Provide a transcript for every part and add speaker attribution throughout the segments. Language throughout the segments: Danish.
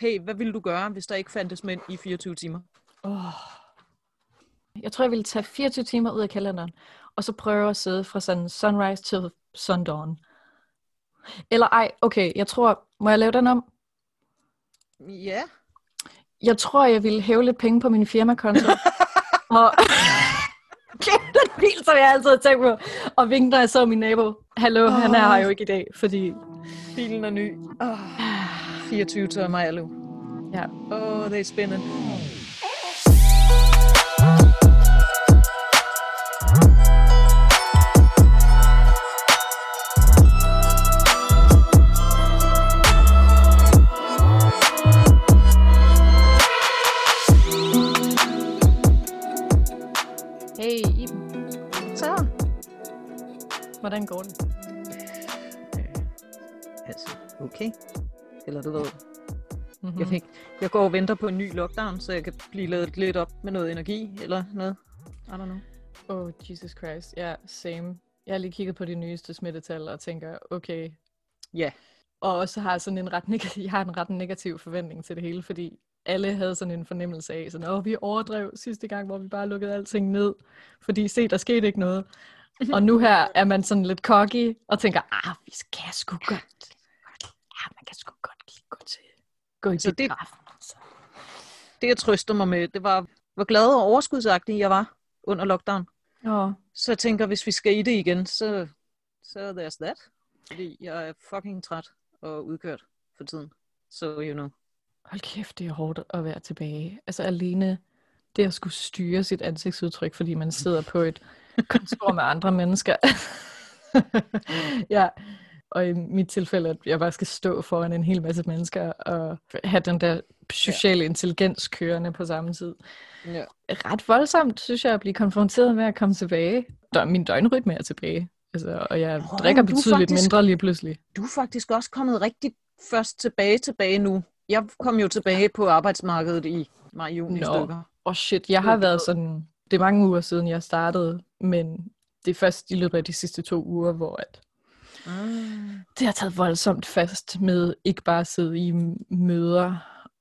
Speaker 1: hey, hvad ville du gøre, hvis der ikke fandtes mænd i 24 timer?
Speaker 2: Oh. Jeg tror, jeg ville tage 24 timer ud af kalenderen, og så prøve at sidde fra sådan sunrise til sundawn. Eller ej, okay, jeg tror, må jeg lave den om?
Speaker 1: Ja.
Speaker 2: Jeg tror, jeg ville hæve lidt penge på min firmakonto. og glemte den bil, som jeg altid har tænkt på. Og vinkede, når jeg så min nabo. Hallo, oh. han er her jo ikke i dag, fordi...
Speaker 1: Bilen er ny. Oh, 24 tømmer alu.
Speaker 2: Ja.
Speaker 1: Åh, oh, det er spændende.
Speaker 2: Hey, Iben,
Speaker 1: Så,
Speaker 2: hvordan går det?
Speaker 1: altså, okay. Eller du ved,
Speaker 2: Mm-hmm.
Speaker 1: jeg, fik, jeg går og venter på en ny lockdown, så jeg kan blive lavet lidt op med noget energi eller noget. I don't know.
Speaker 2: Oh, Jesus Christ. Ja, same. Jeg har lige kigget på de nyeste smittetal og tænker, okay.
Speaker 1: Ja.
Speaker 2: Og også har jeg sådan en ret, neg- jeg har en ret negativ forventning til det hele, fordi alle havde sådan en fornemmelse af, sådan, åh, vi overdrev sidste gang, hvor vi bare lukkede alting ned, fordi se, der skete ikke noget.
Speaker 1: Mhm.
Speaker 2: og nu her er man sådan lidt cocky og tænker, ah, vi kan sgu godt. Ja, man kan sgu godt gå til gå i
Speaker 1: Så Altså, det-
Speaker 2: biografen. Så
Speaker 1: Det jeg trøster mig med, det var, hvor glad og overskudsagtig jeg var under lockdown.
Speaker 2: Åh,
Speaker 1: Så jeg tænker, hvis vi skal i det igen, så, så there's that. Fordi jeg er fucking træt og udkørt for tiden. Så so you know.
Speaker 2: Hold kæft, det er hårdt at være tilbage. Altså alene det at skulle styre sit ansigtsudtryk, fordi man sidder på et kontor med andre mennesker. ja, og i mit tilfælde, at jeg bare skal stå foran en hel masse mennesker og have den der sociale intelligens kørende på samme tid.
Speaker 1: Ja.
Speaker 2: Ret voldsomt, synes jeg, at blive konfronteret med at komme tilbage. Dø- Min døgnrytme er tilbage, altså, og jeg
Speaker 1: Nå,
Speaker 2: drikker
Speaker 1: du er
Speaker 2: betydeligt
Speaker 1: faktisk-
Speaker 2: mindre lige pludselig.
Speaker 1: Du er faktisk også kommet rigtig først tilbage tilbage nu. Jeg kom jo tilbage på arbejdsmarkedet i maj-juni
Speaker 2: Nå.
Speaker 1: stykker.
Speaker 2: oh shit, jeg
Speaker 1: Det er
Speaker 2: har været
Speaker 1: fedt.
Speaker 2: sådan, det er mange uger siden, jeg startede, men det er først i løbet af de sidste to uger, hvor at
Speaker 1: Mm.
Speaker 2: det har taget voldsomt fast med ikke bare at sidde i møder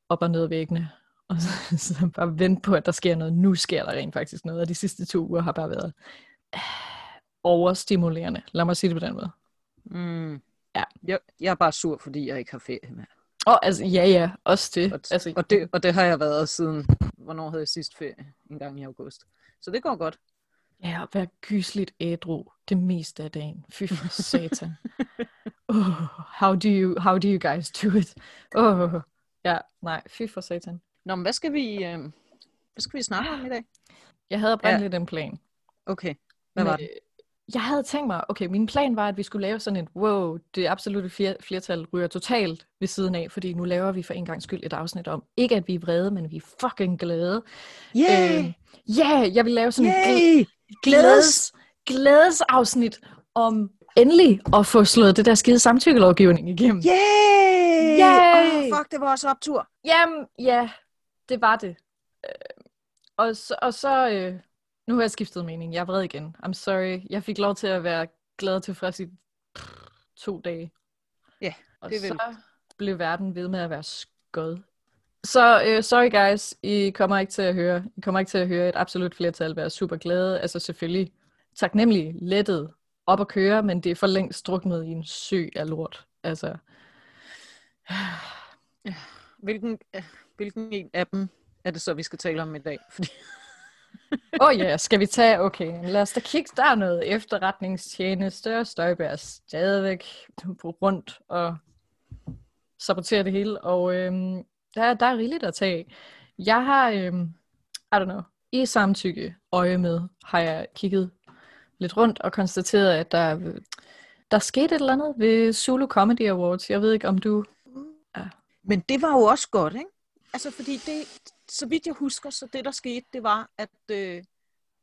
Speaker 2: op og ned ad væggene, og så, så bare vente på, at der sker noget. Nu sker der rent faktisk noget, og de sidste to uger har bare været øh, overstimulerende. Lad mig sige det på den måde.
Speaker 1: Mm.
Speaker 2: Ja.
Speaker 1: Jeg, jeg er bare sur, fordi jeg ikke har ferie med.
Speaker 2: Og altså, ja ja, også det.
Speaker 1: Og,
Speaker 2: altså,
Speaker 1: altså, og, det, og det har jeg været siden, hvornår havde jeg sidst ferie? En gang i august. Så det går godt.
Speaker 2: Ja, at være gysligt ædru det meste af dagen. Fy for satan. oh, how, do you, how do you guys do it? Oh, ja, nej, fy for satan.
Speaker 1: Nå, men hvad skal vi, øh, hvad skal vi snakke om i dag?
Speaker 2: Jeg havde oprindeligt ja. en plan. øh,
Speaker 1: Okay, hvad var det?
Speaker 2: Jeg havde tænkt mig, okay, min plan var, at vi skulle lave sådan et, wow, det absolutte fjer- flertal ryger totalt ved siden af, fordi nu laver vi for en gang skyld et afsnit om, ikke at vi er vrede, men vi er fucking glade.
Speaker 1: Yay!
Speaker 2: Øh, Ja, yeah, jeg vil lave sådan et
Speaker 1: Øhm, Yay!
Speaker 2: glædes, glædesafsnit om endelig at få slået det der skide samtykkelovgivning igennem. Yeah.
Speaker 1: Yay!
Speaker 2: Yay!
Speaker 1: Oh, fuck, det var også optur.
Speaker 2: Jamen, ja, det var det. Øh, Og så, og så øh, nu har jeg skiftet mening. Jeg er vred igen. I'm sorry. Jeg fik lov til at være glad og tilfreds i to dage.
Speaker 1: Ja,
Speaker 2: og
Speaker 1: det er vel-
Speaker 2: så blev verden ved med at være skød. Så øh, sorry guys, I kommer ikke til at høre. I kommer ikke til at høre et absolut flertal være super glade. Altså selvfølgelig taknemmelige, lettet, op at køre, men det er for længst druknet i en sø af lort. Altså,
Speaker 1: Hvilken, øh, hvilken en af dem er det så, vi skal tale om i dag? Fordi
Speaker 2: Åh oh ja, yeah, skal vi tage, okay, men lad os da kigge, der er noget efterretningstjeneste, og Støjberg er stadigvæk på rundt og saboterer det hele, og øhm, der, er- der er rigeligt at tage. af. Jeg har, øhm, I don't know, i samtykke øje med, har jeg kigget lidt rundt og konstateret, at der, der skete et eller andet ved Zulu Comedy Awards. Jeg ved ikke, om du...
Speaker 1: Men det var jo også godt, ikke? Altså, fordi det, så vidt jeg husker, så det, der skete, det var, at øh,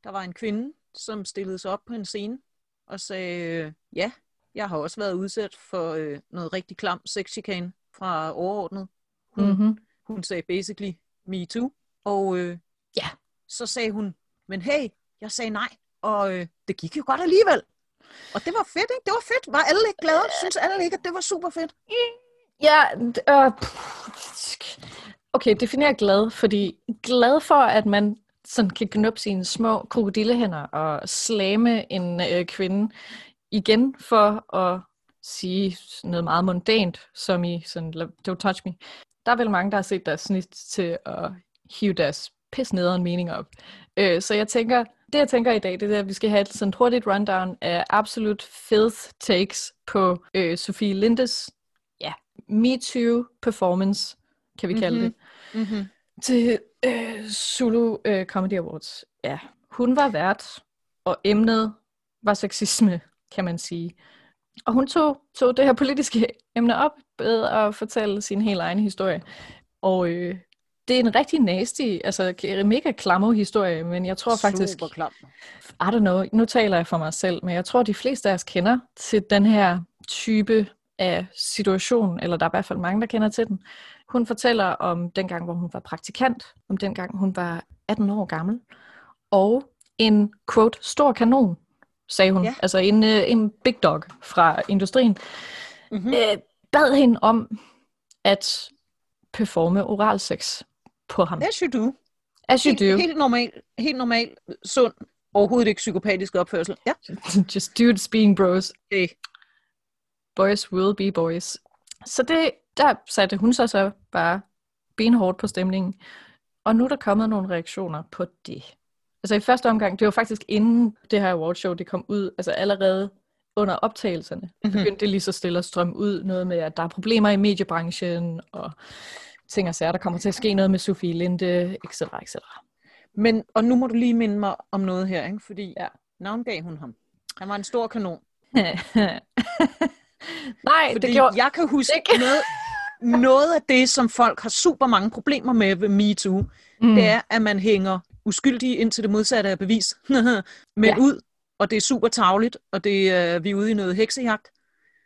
Speaker 1: der var en kvinde, som stillede sig op på en scene og sagde, øh, ja, jeg har også været udsat for øh, noget rigtig klam sexchikane fra overordnet. Hun, mm.
Speaker 2: Mm-hmm.
Speaker 1: hun sagde basically, me too. Og øh,
Speaker 2: Ja.
Speaker 1: så sagde hun, men hey, jeg sagde nej, og øh, det gik jo godt alligevel. Og det var fedt, ikke? Det var fedt. Var alle ikke glade? Synes alle ikke, at det var super fedt?
Speaker 2: Ja, d- øh, pff, Okay, definer glad, fordi glad for, at man sådan kan knuppe sine små krokodillehænder og slame en øh, kvinde igen for at sige noget meget mundant, som i sådan, "Lad- don't touch me. Der er vel mange, der har set deres snit til at hive deres pis nederen meninger op. Øh, så jeg tænker, det jeg tænker i dag, det er, at vi skal have et sådan hurtigt rundown af absolut fed takes på øh, Sofie Lindes ja, MeToo performance, kan vi kalde mm-hmm. det
Speaker 1: Mm-hmm.
Speaker 2: til øh, Zulu øh, Comedy Awards. Ja, hun var vært, og emnet var sexisme, kan man sige. Og hun tog, tog det her politiske emne op ved at fortælle sin helt egen historie. Og øh, det er en rigtig nasty, altså k- mega klamo historie, men jeg tror faktisk...
Speaker 1: Super klam.
Speaker 2: I don't know, nu taler jeg for mig selv, men jeg tror, de fleste af os kender til den her type af situation, eller der er i hvert fald mange, der kender til den. Hun fortæller om dengang, hvor hun var praktikant, om dengang, hun var 18 år gammel, og en, quote, stor kanon, sagde hun, ja.
Speaker 1: Ja.
Speaker 2: altså en, øh, en big dog fra industrien,
Speaker 1: Mm-hmm.
Speaker 2: øh, bad hende om at performe oral sex på ham.
Speaker 1: As you do.
Speaker 2: As you
Speaker 1: Helt,
Speaker 2: do.
Speaker 1: helt normal, helt normal, sund, overhovedet ikke psykopatisk opførsel. Ja,
Speaker 2: Just dudes being bros.
Speaker 1: det
Speaker 2: Boys will be boys. Så det, der satte hun sig så bare benhårdt på stemningen. Og nu er der kommet nogle reaktioner på det. Altså i første omgang, det var faktisk inden det her awardshow, det kom ud, altså allerede under optagelserne,
Speaker 1: Mhm.
Speaker 2: begyndte det lige så stille at strømme ud, noget med, at der er problemer i mediebranchen, og ting og sager, der kommer til at ske noget med Sofie Linde, etc. etc.
Speaker 1: Men, og nu må du lige minde mig om noget her, ikke? fordi
Speaker 2: Ja.
Speaker 1: ja. navngav hun ham. Han var en stor kanon.
Speaker 2: Nej,
Speaker 1: Fordi
Speaker 2: det gjorde...
Speaker 1: jeg kan huske
Speaker 2: Ikke.
Speaker 1: noget, noget af det, som folk har super mange problemer med ved MeToo, mm.
Speaker 2: Mm.
Speaker 1: det er, at man hænger uskyldige indtil det modsatte er bevis. Men
Speaker 2: Ja.
Speaker 1: ja. ud, og det er super tavligt, og det, er- vi er ude i noget heksejagt,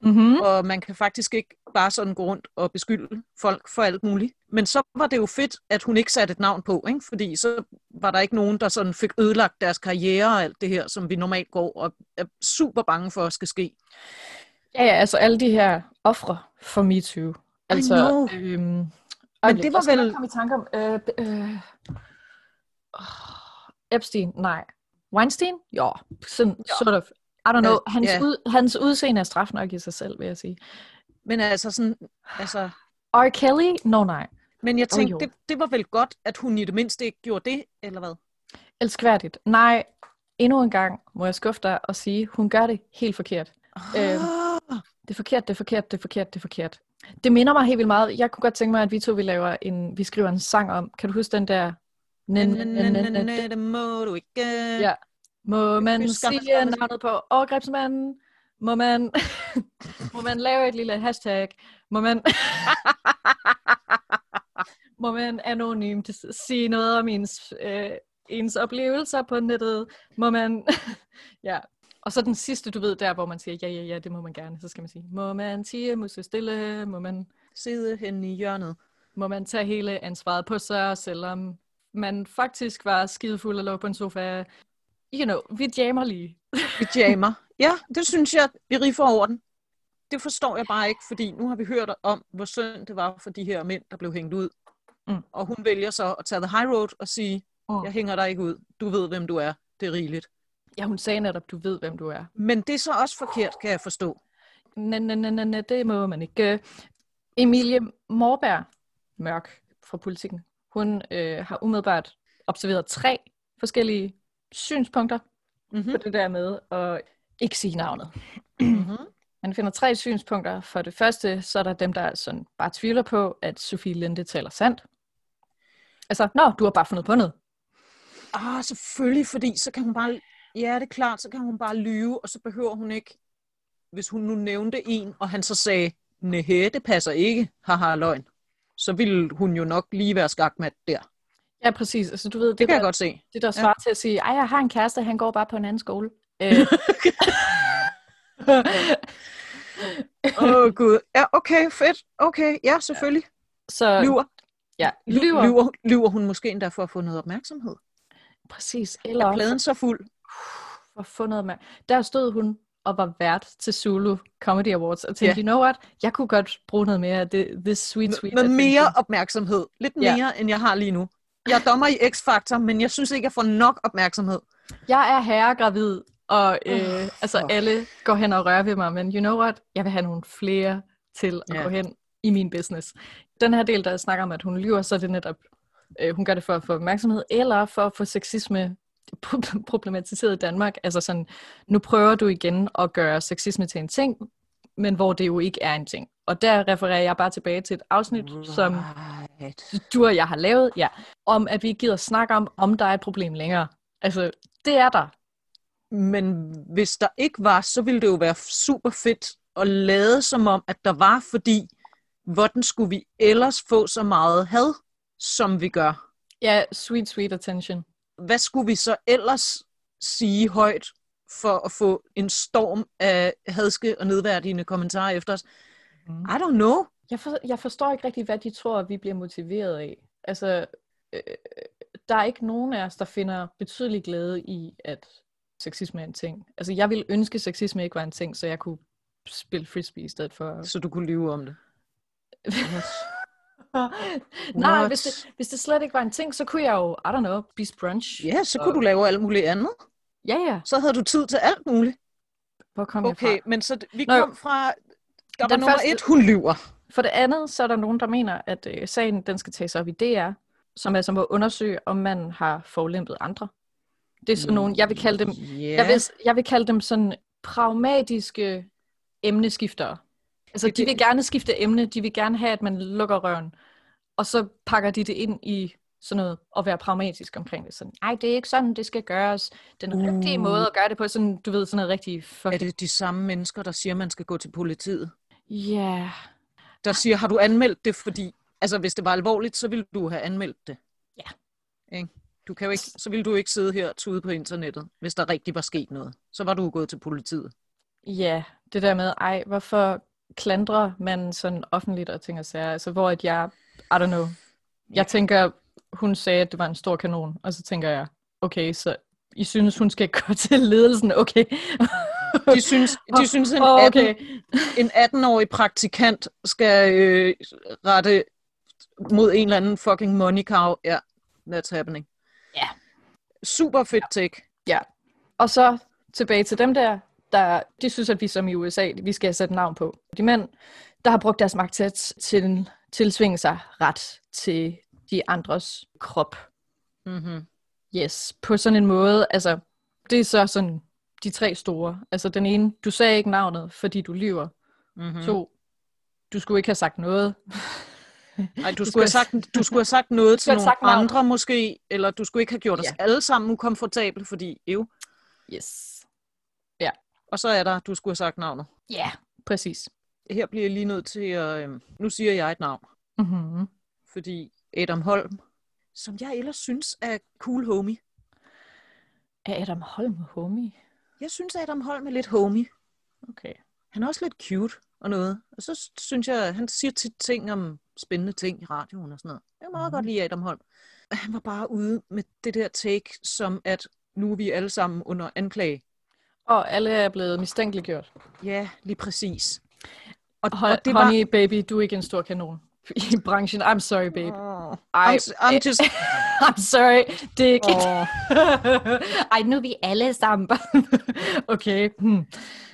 Speaker 2: Mm-hmm.
Speaker 1: og man kan faktisk ikke bare sådan gå rundt og beskylde folk for alt muligt. Men så var det jo fedt, at hun ikke satte et navn på, ikke? fordi så var der ikke nogen, der sådan fik ødelagt deres karriere og alt det her, som vi normalt går og er super bange for, skal ske.
Speaker 2: Ja, ja, altså alle de her ofre for MeToo. Altså,
Speaker 1: know.
Speaker 2: Øhm,
Speaker 1: Men det var vel-
Speaker 2: Jeg kom i tanke om... Øh, b- øh, oh, Epstein, nej. Weinstein? Jo. Sådan,
Speaker 1: Ja.
Speaker 2: sort of. I don't know.
Speaker 1: Ja,
Speaker 2: Hans,
Speaker 1: ja.
Speaker 2: ud, hans udseende er straf nok i sig selv, vil jeg sige.
Speaker 1: Men altså sådan, altså...
Speaker 2: R. Kelly? No, nej.
Speaker 1: Men jeg
Speaker 2: Åh,
Speaker 1: tænkte,
Speaker 2: jo.
Speaker 1: oh, det, det var vel godt, at hun i det mindste ikke gjorde det, eller hvad?
Speaker 2: Elskværdigt. Nej. Endnu en gang må jeg skuffe dig og sige, hun gør det helt forkert. Øhm,
Speaker 1: Ah,
Speaker 2: Det er forkert, det er forkert, det er forkert, det er forkert. Det minder mig helt vildt meget. Jeg kunne godt tænke mig, at vi to vi laver en, vi skriver en sang om. Kan du huske den der? Næ, næ, næ, næ, næ, næ.
Speaker 1: Det må du ikke... øh,
Speaker 2: Ja. Må man
Speaker 1: Ønsker man
Speaker 2: sige
Speaker 1: sig-
Speaker 2: navnet på overgrebsmanden? Må man, må man lave et lille hashtag? Må man, må man anonymt sige noget om ens, øh, ens oplevelser på nettet? Må man... ja. Og så den sidste, du ved, der hvor man siger, ja, ja, ja, det må man gerne, så skal man sige, må man sige, musse stille, må man...
Speaker 1: Sidde henne i hjørnet.
Speaker 2: må man tage hele ansvaret på sig, selvom man faktisk var skidefuld og lå på en sofa. You know, vi jammer lige.
Speaker 1: Vi jammer. Ja, det synes jeg, vi riffer over den. Det forstår jeg bare ikke, fordi nu har vi hørt om, hvor synd det var for de her mænd, der blev hængt ud.
Speaker 2: Mm.
Speaker 1: Og hun vælger så at tage the high road og sige,
Speaker 2: Mm.
Speaker 1: jeg hænger dig ikke ud, du ved, hvem du er, det er rigeligt.
Speaker 2: Ja, hun sagde netop, du ved, hvem du er.
Speaker 1: Men det er så også forkert, kan jeg forstå.
Speaker 2: Næ, næ, næ, næ, næ, det må man ikke. Emilie Morberg, mørk fra politikken, hun øh, har umiddelbart observeret tre forskellige synspunkter
Speaker 1: Mm-hmm.
Speaker 2: på det der med at ikke sige navnet.
Speaker 1: Mm-hmm.
Speaker 2: Man finder tre synspunkter. For det første, så er der dem, der sådan bare tvivler på, at Sofie Linde taler sandt. Altså, nå, du har bare fundet på noget.
Speaker 1: Ah, selvfølgelig, fordi så kan hun bare, ja det er klart, så kan hun bare lyve, og så behøver hun ikke, hvis hun nu nævnte en, og han så sagde, nej, det passer ikke, haha, løgn. Så ville hun jo nok lige være skakmat der.
Speaker 2: Ja, præcis. Altså, du ved, det,
Speaker 1: Det kan
Speaker 2: der,
Speaker 1: jeg godt se.
Speaker 2: det der svarer til at sige, ej, jeg har en kæreste, han går bare på en anden skole. Øh,
Speaker 1: Åh, oh, gud. Ja, okay, fedt. Okay, ja, selvfølgelig.
Speaker 2: så
Speaker 1: Lyver.
Speaker 2: Ja,
Speaker 1: Lyver.
Speaker 2: lyver.
Speaker 1: Lyver, lyver hun måske endda for at få noget opmærksomhed?
Speaker 2: Præcis. Eller
Speaker 1: Pladen så fuld.
Speaker 2: for fundet med. Der stod hun og var vært til Zulu Comedy Awards, og tænkte,
Speaker 1: Ja.
Speaker 2: yeah. you know what, jeg kunne godt bruge noget mere af det, this sweet, sweet
Speaker 1: Noget
Speaker 2: attention."
Speaker 1: mere opmærksomhed. Lidt
Speaker 2: Ja.
Speaker 1: mere, end jeg har lige nu. Jeg er dommer i X-Factor, men jeg synes ikke, jeg får nok opmærksomhed.
Speaker 2: Jeg er herregravid, og øh,
Speaker 1: Åh,
Speaker 2: altså
Speaker 1: fuck.
Speaker 2: alle går hen og rører ved mig, men you know what? Jeg vil have nogle flere til at
Speaker 1: Ja.
Speaker 2: gå hen i min business. Den her del, der snakker om, at hun lyver, så er det netop, øh, hun gør det for at få opmærksomhed, eller for at få sexisme pro- problematiseret i Danmark. Altså sådan, nu prøver du igen at gøre sexisme til en ting, men hvor det jo ikke er en ting. Og der refererer jeg bare tilbage til et afsnit, som
Speaker 1: Right.
Speaker 2: du og jeg har lavet, ja, om at vi ikke gider snakke om, om der er et problem længere. Altså, det er der.
Speaker 1: Men hvis der ikke var, så ville det jo være super fedt at lade som om, at der var, fordi hvordan skulle vi ellers få så meget had, som vi gør?
Speaker 2: Ja, sweet, sweet attention.
Speaker 1: Hvad skulle vi så ellers sige højt for at få en storm af hadske og nedværdigende kommentarer efter os?
Speaker 2: Mhm.
Speaker 1: I don't know.
Speaker 2: Jeg, for, jeg forstår ikke rigtig, hvad de tror, at vi bliver motiveret af. Altså, øh, der er ikke nogen af os, der finder betydelig glæde i, at sexisme er en ting. Altså, jeg ville ønske, at sexisme ikke var en ting, så jeg kunne spille frisbee i stedet for...
Speaker 1: Så du kunne lyve om det. Yes.
Speaker 2: Nej,
Speaker 1: What?
Speaker 2: hvis det, hvis det slet ikke var en ting, så kunne jeg jo, I don't know, spise brunch.
Speaker 1: Ja, så
Speaker 2: Og-
Speaker 1: kunne du lave alt muligt andet.
Speaker 2: Ja, ja.
Speaker 1: Så havde du tid til alt muligt.
Speaker 2: Hvor kom jeg fra?
Speaker 1: Okay, men så vi
Speaker 2: Nå, jo.
Speaker 1: kom fra... Der var
Speaker 2: Den
Speaker 1: nummer
Speaker 2: første-
Speaker 1: et, hun lyver.
Speaker 2: For det andet, så er der nogen, der mener, at øh, sagen den skal tages op i DR, som altså må undersøge, om man har forlæmpet andre. Det er
Speaker 1: Mm.
Speaker 2: sådan nogen, jeg vil kalde dem,
Speaker 1: Yeah.
Speaker 2: jeg vil, jeg vil kalde dem sådan pragmatiske emneskiftere. Altså,
Speaker 1: Det-
Speaker 2: de
Speaker 1: det-
Speaker 2: vil gerne skifte emne, de vil gerne have, at man lukker røven, og så pakker de det ind i sådan noget, og være pragmatisk omkring det. Sådan, nej, det er ikke sådan, det skal gøres. Den
Speaker 1: Uh.
Speaker 2: rigtige måde at gøre det på, sådan, du ved, sådan noget rigtig
Speaker 1: Er
Speaker 2: fuck.
Speaker 1: det de samme mennesker, der siger, man skal gå til politiet?
Speaker 2: Ja, yeah.
Speaker 1: Der siger, har du anmeldt det, fordi... Altså, hvis det var alvorligt, så ville du have anmeldt det.
Speaker 2: Ja.
Speaker 1: Ikke? Du kan jo ikke, så ville du ikke sidde her og tude på internettet, hvis der rigtig var sket noget. Så var du gået til politiet.
Speaker 2: Ja, det der med, ej, hvorfor klandrer man sådan offentligt og ting og sager? Altså, hvor at jeg, I don't know, jeg
Speaker 1: Ja.
Speaker 2: tænker, hun sagde, at det var en stor kanon, og så tænker jeg, okay, så I synes, hun skal gå til ledelsen, okay.
Speaker 1: De synes, de synes en,
Speaker 2: Åh,
Speaker 1: 18,
Speaker 2: okay.
Speaker 1: en 18-årig praktikant skal øh, rette mod en eller anden fucking money cow. Ja, that's happening.
Speaker 2: Ja.
Speaker 1: Super fedt take.
Speaker 2: Og så tilbage til dem der, der de synes, at vi som i USA, vi skal sætte navn på. De mænd, der har brugt deres magt til at til, tilsvinge sig ret til de andres krop.
Speaker 1: Mm-hmm.
Speaker 2: Yes, på sådan en måde, altså, det er så sådan de tre store. Altså den ene, du sagde ikke navnet, fordi du lyver.
Speaker 1: Mm-hmm.
Speaker 2: Mm. To, du skulle ikke have sagt noget.
Speaker 1: Nej, du,
Speaker 2: skal-
Speaker 1: skulle have sagt, du skulle have sagt noget til
Speaker 2: skulle have
Speaker 1: nogle
Speaker 2: sagt navn.
Speaker 1: andre måske, eller du skulle ikke have gjort os
Speaker 2: Ja.
Speaker 1: alle sammen ukomfortable, fordi jo.
Speaker 2: Yes.
Speaker 1: Og så er der, du skulle have sagt navnet.
Speaker 2: Ja, yeah. præcis.
Speaker 1: Her bliver jeg lige nødt til at... øhm, Nu siger jeg et navn,
Speaker 2: Mm-hmm.
Speaker 1: fordi Adam Holm, som jeg ellers synes er cool homie.
Speaker 2: Er Adam Holm homie?
Speaker 1: Jeg synes, Adam Holm er lidt homie.
Speaker 2: Okay.
Speaker 1: Han er også lidt cute og noget. Og så synes jeg, han siger tit ting om spændende ting i radioen og sådan noget. Jeg kan meget
Speaker 2: Mhm.
Speaker 1: godt lide Adam Holm. Han var bare ude med det der take, som at nu er vi alle sammen under anklage.
Speaker 2: Og alle er blevet mistænkeliggjort.
Speaker 1: Ja, lige præcis. Og,
Speaker 2: Hon-
Speaker 1: og det
Speaker 2: honey, var... baby, du er ikke en stor kanon i branchen. I'm sorry, babe.
Speaker 1: var... Oh,
Speaker 2: Ej, eh.
Speaker 1: I'm, s- I'm just...
Speaker 2: I'm sorry, det er ikke...
Speaker 1: Oh.
Speaker 2: Ej, nu er vi alle sammen. okay. Hmm.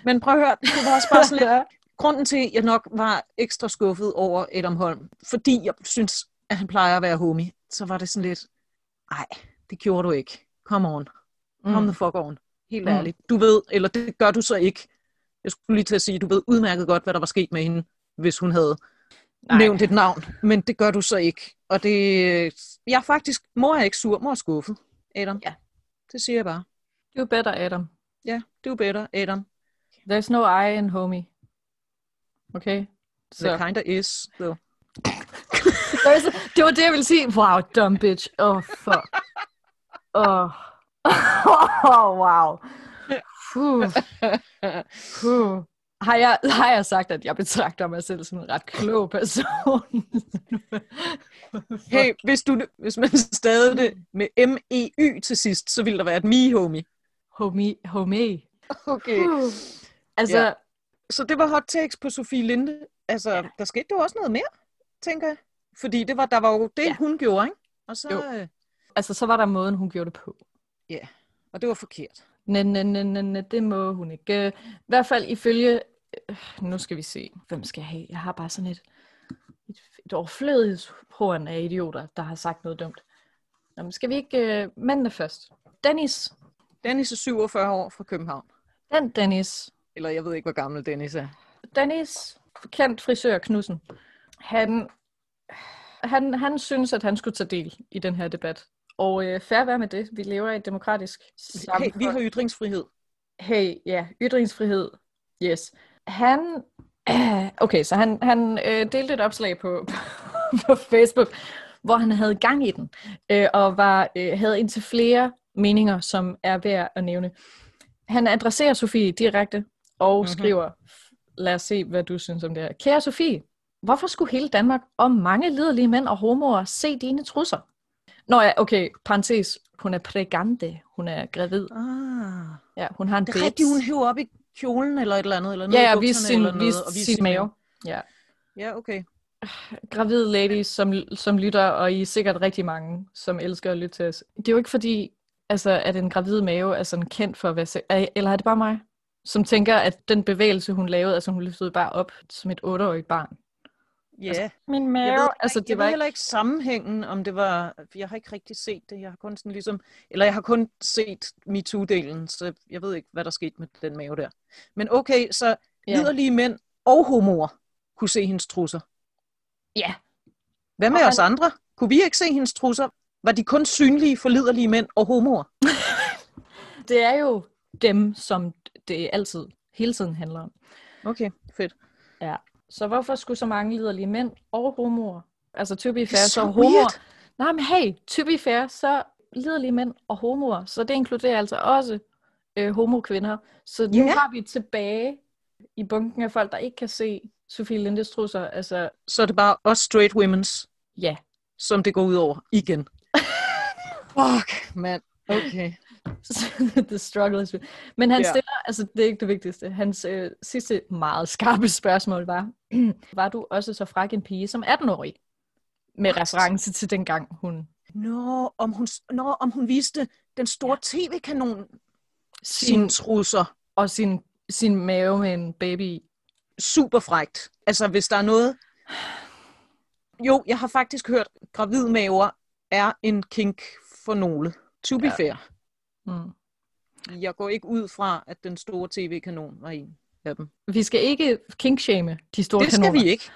Speaker 1: Men prøv at høre, det var også bare sådan lidt... Grunden til, at jeg nok var ekstra skuffet over Adam Holm, fordi jeg synes, at han plejer at være homie, så var det sådan lidt... Nej, det gjorde du ikke. Come on. Kom the fuck on. Helt
Speaker 2: Mm.
Speaker 1: ærligt. Du ved, eller det gør du så ikke. Jeg skulle lige til at sige, du ved udmærket godt, hvad der var sket med hende, hvis hun havde Nej. nævnt et navn. Men det gør du så ikke. Og det... Jeg er faktisk... Mor er ikke sur, mor er skuffet. Adam.
Speaker 2: Ja.
Speaker 1: Det siger jeg bare.
Speaker 2: You better, Adam.
Speaker 1: Ja, do better, Adam.
Speaker 2: There's no I in homie. Okay?
Speaker 1: So. There
Speaker 2: Så.
Speaker 1: kinda is, though.
Speaker 2: There's, det var det, jeg ville sige. Wow, dumb bitch. Oh, fuck. Oh. oh wow. Puh. Puh. Har jeg, har jeg sagt, at jeg betragter mig selv som en ret klog person?
Speaker 1: Hey, hvis, du, hvis man stavede
Speaker 2: Mm.
Speaker 1: det med E M-E-Y til sidst, så ville der være et me-homie.
Speaker 2: Homie. Homie.
Speaker 1: Okay.
Speaker 2: Puh. Altså,
Speaker 1: Ja. Så det var hot takes på Sofie Linde. Altså, ja. der skete jo også noget mere, tænker jeg. Fordi det var, der var jo det,
Speaker 2: Ja.
Speaker 1: ja. hun gjorde, ikke? Og, så,
Speaker 2: Jo.
Speaker 1: øh,
Speaker 2: altså, så var der måden, hun gjorde det på.
Speaker 1: og det var forkert.
Speaker 2: Nej, nej, nej, nej, nej, det må hun ikke. Øh, I hvert fald ifølge... Øh, nu skal vi se. Hvem skal jeg have? Jeg har bare sådan et, et, et overflødighedshorn af idioter, der har sagt noget dumt. Nå, men skal vi ikke... Øh, mændene først. Dennis.
Speaker 1: Dennis er 47 år fra København.
Speaker 2: Den Dennis.
Speaker 1: Eller jeg ved ikke, hvor gammel Dennis er.
Speaker 2: Dennis, kendt frisør Knudsen. Han, han, han synes, at han skulle tage del i den her debat. Og øh, færre være med det. Vi lever i et demokratisk samfund.
Speaker 1: Hey, vi har ytringsfrihed.
Speaker 2: hey, ja, ytringsfrihed, yes. Han, øh, okay, så han, han øh, delte et opslag på, på Facebook, hvor han havde gang i den, øh, og var, øh, havde indtil flere meninger, som er værd at nævne. Han adresserer Sofie direkte og
Speaker 1: Mhm.
Speaker 2: skriver, lad os se, hvad du synes om det her. Kære Sofie, hvorfor skulle hele Danmark og mange liderlige mænd og homoer se dine trusser? Nå ja, okay, parentes, hun er prægante, hun er gravid,
Speaker 1: Ah.
Speaker 2: ja, hun har en
Speaker 1: Det er rigtigt,
Speaker 2: babes.
Speaker 1: hun hæver op i kjolen eller et eller andet. Eller
Speaker 2: Ja,
Speaker 1: noget i
Speaker 2: ja, vi
Speaker 1: bukserne
Speaker 2: sin,
Speaker 1: eller
Speaker 2: vi
Speaker 1: noget, og
Speaker 2: sin, sin mave. Ja.
Speaker 1: Ja, okay.
Speaker 2: Gravid ladies, som, som lytter, og I er sikkert rigtig mange, som elsker at lytte til os. Det er jo ikke fordi, altså, at en gravid mave er sådan kendt for at være... Se- er- eller er det bare mig, som tænker, at den bevægelse, hun lavede, altså hun løftede bare op som et otteårigt barn.
Speaker 1: Ja. Yeah.
Speaker 2: Min
Speaker 1: Jeg ved,
Speaker 2: altså
Speaker 1: jeg
Speaker 2: det
Speaker 1: ved
Speaker 2: var
Speaker 1: heller
Speaker 2: ikke...
Speaker 1: ikke sammenhængen, om det var... Jeg har ikke rigtig set det. Jeg har kun sådan ligesom... Eller jeg har kun set MeToo-delen, så jeg ved ikke, hvad der skete med den mave der. Men okay, så
Speaker 2: Ja.
Speaker 1: liderlige mænd og homoer kunne se hendes trusser.
Speaker 2: Ja,
Speaker 1: Hvad med
Speaker 2: Og
Speaker 1: os andre? Kunne vi ikke se hendes trusser? Var de kun synlige for liderlige mænd og homoer?
Speaker 2: det er jo dem, som det altid, hele tiden handler om.
Speaker 1: Okay, fedt.
Speaker 2: Så hvorfor skulle så mange liderlige mænd og homoer? Altså to be fair,
Speaker 1: så
Speaker 2: så, så homoer...
Speaker 1: weird.
Speaker 2: Nej, men hey, to be fair, så liderlige mænd og homoer. Så det inkluderer altså også øh, homokvinder. Så nu
Speaker 1: Ja.
Speaker 2: har vi tilbage i bunken af folk, der ikke kan se Sofie Lindes trusser. Altså,
Speaker 1: Så er det bare os straight women's,
Speaker 2: ja.
Speaker 1: som det går ud over igen. Fuck, mand. Okay.
Speaker 2: The struggle is... real. Men han
Speaker 1: Ja.
Speaker 2: stiller, altså det er ikke det vigtigste, hans øh, sidste meget skarpe spørgsmål var, var du også så fræk en pige som 18-årig? Med reference til dengang hun
Speaker 1: Nå, om hun, nå, om hun viste den store tv-kanon
Speaker 2: sin
Speaker 1: sine trusser.
Speaker 2: og sin, sin mave med en baby i.
Speaker 1: Super frægt. Altså, hvis der er noget... Jo, jeg har faktisk hørt, at gravidmaver er en kink for nogle. To be
Speaker 2: Ja.
Speaker 1: ja. fair.
Speaker 2: Mm.
Speaker 1: Jeg går ikke ud fra, at den store tv-kanon var en af dem.
Speaker 2: Vi skal ikke kinkshame de store
Speaker 1: Det skal
Speaker 2: kanoner.
Speaker 1: vi ikke.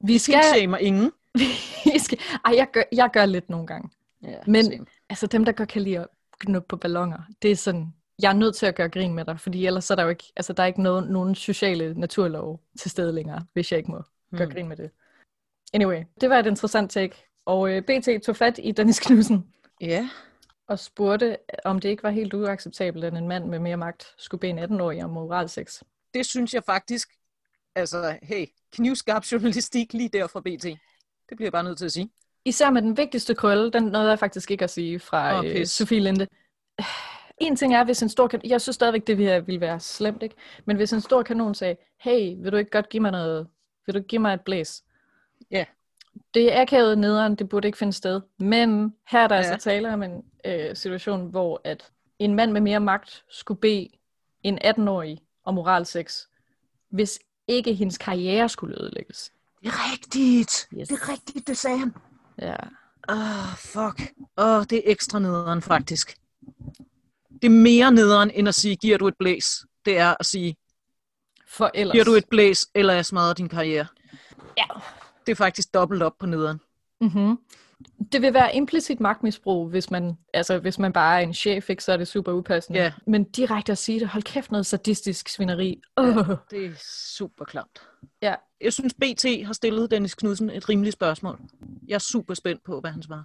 Speaker 2: Vi skal,
Speaker 1: Kingshamer ingen.
Speaker 2: vi skal, ej, jeg gør, jeg gør lidt nogle gange.
Speaker 1: Ja,
Speaker 2: Men-
Speaker 1: same.
Speaker 2: Altså dem, der godt kan lide at knuppe på ballonger, det er sådan, jeg er nødt til at gøre grin med dig, fordi ellers er der jo ikke, altså, der er ikke noget, nogen sociale naturlove til stede længere, hvis jeg ikke må gøre
Speaker 1: Hmm.
Speaker 2: grin med det. Anyway, det var et interessant take, og øh, BT tog fat i Dennis Knudsen
Speaker 1: Ja,
Speaker 2: og spurgte, om det ikke var helt uacceptabelt, at en mand med mere magt skulle bede en 18-årig om moralsex.
Speaker 1: det synes jeg faktisk, altså, hey, knivskarp journalistik lige der fra BT. Det bliver jeg bare nødt til at sige.
Speaker 2: Især med den vigtigste krølle, den nåede jeg faktisk ikke at sige fra
Speaker 1: Åh,
Speaker 2: oh, øh,
Speaker 1: pis.
Speaker 2: Sofie Linde. Øh, En ting er, hvis en stor kanon... Jeg synes stadigvæk, det her ville være slemt, ikke? Men hvis en stor kanon sagde, hey, vil du ikke godt give mig noget? Vil du ikke give mig et blæs?
Speaker 1: Ja.
Speaker 2: Det er akavet nederen, det burde ikke finde sted. Men her er der ja.
Speaker 1: Ja.
Speaker 2: altså tale om en øh, situation, hvor at en mand med mere magt skulle bede en 18-årig om moralsex, hvis ikke hendes karriere skulle ødelægges.
Speaker 1: Det er rigtigt.
Speaker 2: Yes.
Speaker 1: Det er rigtigt, det sagde han.
Speaker 2: Ja.
Speaker 1: Åh, oh, fuck. Åh, oh, det er ekstra nederen, faktisk. Det er mere nederen, end at sige, giver du et blæs? Det er at sige,
Speaker 2: For ellers...
Speaker 1: giver du et blæs, eller jeg smadrer din karriere.
Speaker 2: Ja.
Speaker 1: Det er faktisk dobbelt op på nederen.
Speaker 2: Mm-hmm. Det vil være implicit magtmisbrug, hvis man, altså, hvis man bare er en chef, ikke, så er det super upassende.
Speaker 1: Ja.
Speaker 2: Men direkte at sige det, hold kæft noget sadistisk svineri. Uh.
Speaker 1: Det er super klamt.
Speaker 2: Ja.
Speaker 1: Jeg synes, BT har stillet Dennis Knudsen et rimeligt spørgsmål. Jeg er super spændt på, hvad han svarer.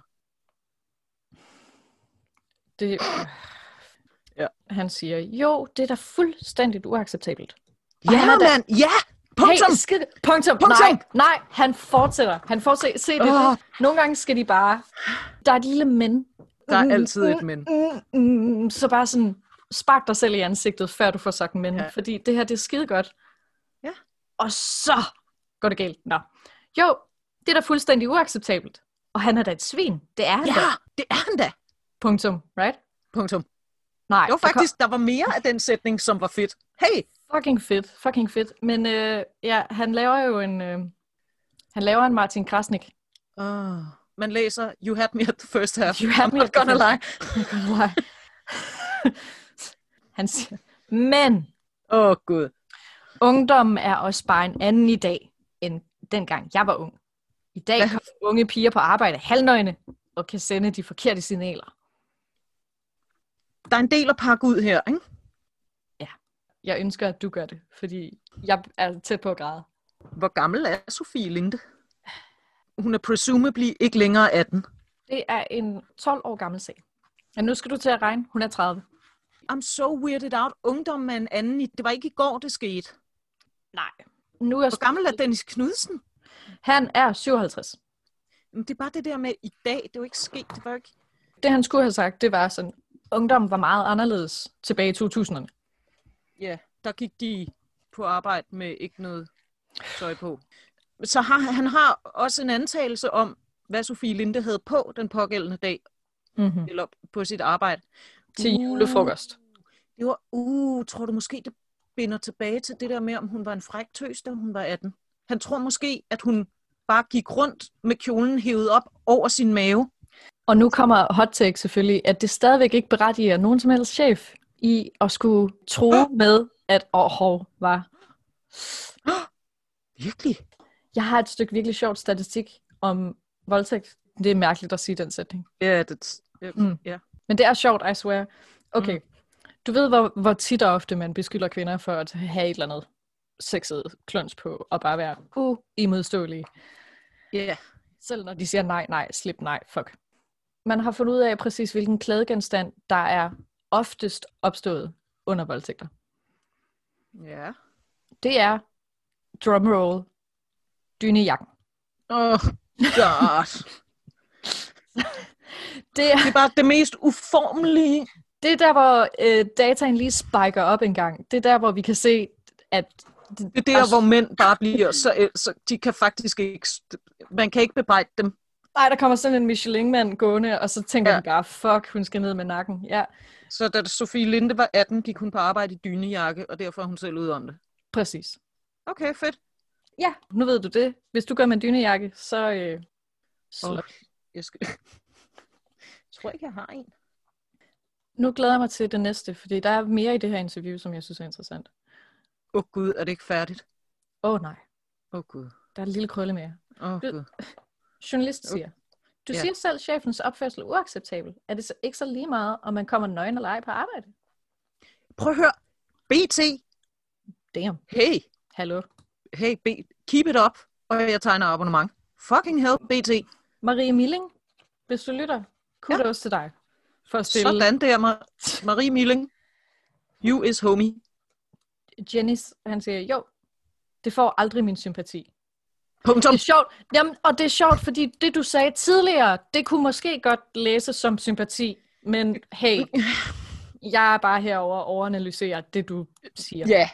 Speaker 2: Det,
Speaker 1: Ja.
Speaker 2: Han siger, jo, det er da fuldstændigt uacceptabelt. Og
Speaker 1: Ja,
Speaker 2: han er da-
Speaker 1: mand! Ja! Punktum!
Speaker 2: Hey, skal... punktum.
Speaker 1: Punktum!
Speaker 2: Nej, nej, han fortsætter. Han fortsætter. Se det.
Speaker 1: Åh.
Speaker 2: Nogle gange skal de bare... Der er et lille men.
Speaker 1: Der er altid et men.
Speaker 2: Mm, mm, mm, så bare sådan, spark dig selv i ansigtet, før du får sagt men, ja.
Speaker 1: Ja.
Speaker 2: fordi det her, det er skide godt.
Speaker 1: Ja.
Speaker 2: Og så går det galt. Nå. Jo, det er da fuldstændig uacceptabelt. Og han er da et svin. Det er han da.
Speaker 1: Ja, det er han da.
Speaker 2: Punktum, right?
Speaker 1: Punktum.
Speaker 2: Nej,
Speaker 1: Det var
Speaker 2: der
Speaker 1: faktisk, der var mere af den sætning, som var fedt. Hey,
Speaker 2: kom- fucking fedt, fucking fedt. Men øh, ja, han laver jo en, øh, han laver en Martin Krasnik.
Speaker 1: Uh, man læser, you had me at the first half.
Speaker 2: Ah. You had
Speaker 1: I'm
Speaker 2: me
Speaker 1: not
Speaker 2: at the
Speaker 1: gonna
Speaker 2: first
Speaker 1: lie.
Speaker 2: Oh han siger, men
Speaker 1: Åh, oh, gud.
Speaker 2: ungdommen er også bare en anden i dag, end dengang jeg var ung. I dag
Speaker 1: Hvad?
Speaker 2: kommer unge piger på arbejde halvnøgne og kan sende de forkerte signaler.
Speaker 1: Der er en del at pakke ud her, ikke?
Speaker 2: Jeg ønsker, at du gør det, fordi jeg er tæt på at græde.
Speaker 1: Hvor gammel er Sofie Linde? Hun er presumably ikke længere 18.
Speaker 2: Det er en 12 år gammel sag. Men nu skal du til at regne. Hun er 30.
Speaker 1: I'm so weirded out. Ungdommen er en anden. i- Det var ikke i går, det skete.
Speaker 2: Nej. Nu er
Speaker 1: Hvor gammel er Dennis Knudsen?
Speaker 2: Han er 57.
Speaker 1: Men Det er bare det der med i dag. Det var ikke sket. Det var ikke...
Speaker 2: Det han skulle have sagt, det var sådan, ungdommen var meget anderledes tilbage i 2000'erne.
Speaker 1: Ja, der gik de på arbejde med ikke noget tøj på. Så har, han har også en antagelse om, hvad Sofie Linde havde på den pågældende dag,
Speaker 2: Mm-hmm.
Speaker 1: eller på sit arbejde.
Speaker 2: Til
Speaker 1: Uh.
Speaker 2: julefrokost.
Speaker 1: Det var, uh, tror du måske, det binder tilbage til det der med, om hun var en fræk tøs, da hun var 18? Han tror måske, at hun bare gik rundt med kjolen hævet op over sin mave.
Speaker 2: Og nu kommer hot take selvfølgelig, at det stadigvæk ikke berettiger nogen som helst chef i at skulle tro med, at århov var.
Speaker 1: Virkelig?
Speaker 2: Jeg har et stykke virkelig sjovt statistik om voldtægt. Det er mærkeligt at sige den sætning.
Speaker 1: Ja, det... Ja.
Speaker 2: Mm.
Speaker 1: ja.
Speaker 2: Men det er sjovt, I swear. Okay. Mm. Du ved, hvor, hvor tit og ofte man beskylder kvinder for at have et eller andet sexet kløns på, og bare være uimodståelige.
Speaker 1: ja.
Speaker 2: Selv når de siger nej, nej, slip nej, fuck. Man har fundet ud af præcis, hvilken klædegenstand, der er oftest opstået under voldtægter.
Speaker 1: ja.
Speaker 2: Det er drumroll, dynejakken.
Speaker 1: Åh, oh, God.
Speaker 2: Det er,
Speaker 1: Det er bare det mest uformelige
Speaker 2: det er der, hvor øh, dataen lige spiker op en gang. Det er der, hvor vi kan se, at...
Speaker 1: Det er der,
Speaker 2: Altså-
Speaker 1: hvor mænd bare bliver, så, så de kan faktisk ikke, man kan ikke bebrejde dem.
Speaker 2: Nej, der kommer sådan en Michelin-mand gående, og så tænker ja.
Speaker 1: Ja.
Speaker 2: de bare, fuck, hun skal ned med nakken. Ja,
Speaker 1: Så da Sofie Linde var 18, gik hun på arbejde i dynejakke, og derfor er hun selv ude om det.
Speaker 2: præcis.
Speaker 1: Okay, fedt.
Speaker 2: Ja, nu ved du det. Hvis du går med en dynejakke, så... Øh, slå.
Speaker 1: Åh, Jeg, skal... jeg tror ikke, jeg har en.
Speaker 2: Nu glæder jeg mig til det næste, fordi der er mere i det her interview, som jeg synes er interessant.
Speaker 1: Åh oh, gud, er det ikke færdigt?
Speaker 2: Åh oh, nej,
Speaker 1: Åh oh, gud,
Speaker 2: der er en lille krølle mere.
Speaker 1: åh oh,
Speaker 2: Du-
Speaker 1: gud.
Speaker 2: Journalist siger, du
Speaker 1: Ja.
Speaker 2: siger selv, chefens opførsel er uacceptabel. Er det så ikke så lige meget, om man kommer nøgen eller ej på arbejde?
Speaker 1: Prøv at høre. BT,
Speaker 2: Damn,
Speaker 1: hey,
Speaker 2: hallo.
Speaker 1: hey, B, keep it up, og jeg tegner abonnement. Fucking hell, BT.
Speaker 2: Marie Milling, hvis du lytter, kudos ja. til dig for at stille
Speaker 1: Sådan der, Ma- Marie Milling. You is homie.
Speaker 2: Jennys, han siger, jo, det får aldrig min sympati.
Speaker 1: Punktum.
Speaker 2: Det er sjovt, Jamen, og det er sjovt, fordi det du sagde tidligere, det kunne måske godt læses som sympati, men hey, jeg er bare herover og overanalyserer det, du siger.
Speaker 1: Ja.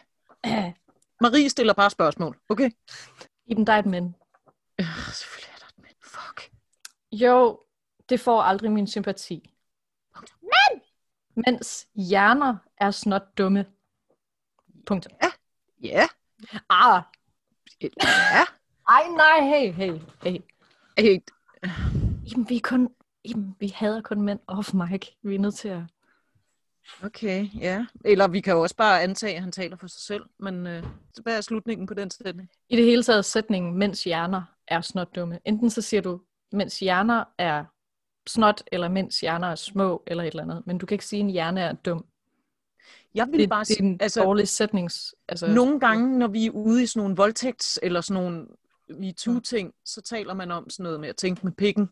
Speaker 2: Yeah.
Speaker 1: Marie stiller bare spørgsmål, okay?
Speaker 2: Iben, der er et men.
Speaker 1: Øh, selvfølgelig er der et men. Fuck.
Speaker 2: Jo, det får aldrig min sympati. Men! Mens hjerner er snot dumme. Punkt.
Speaker 1: Ja.
Speaker 2: Ah,
Speaker 1: Ja.
Speaker 2: ej nej, hey, hey, hey.
Speaker 1: Helt.
Speaker 2: Iben, vi, er kun, Iben, vi hader kun mænd off mic. Vi er nødt til at...
Speaker 1: Okay, ja. Eller vi kan jo også bare antage, at han taler for sig selv. Men øh, hvad er slutningen på den sætning?
Speaker 2: I det hele taget sætningen, mens hjerner er snot dumme. Enten så siger du, mens hjerner er snot, eller mens hjerner er små, eller et eller andet. Men du kan ikke sige, at en hjerne er dum.
Speaker 1: Jeg vil
Speaker 2: Det,
Speaker 1: bare
Speaker 2: det er
Speaker 1: sige,
Speaker 2: en altså,
Speaker 1: altså
Speaker 2: dårlig sætnings... Altså,
Speaker 1: nogle gange, når vi er ude i sådan nogle voldtægts- eller sådan nogle MeToo-ting, så taler man om sådan noget med at tænke med pikken.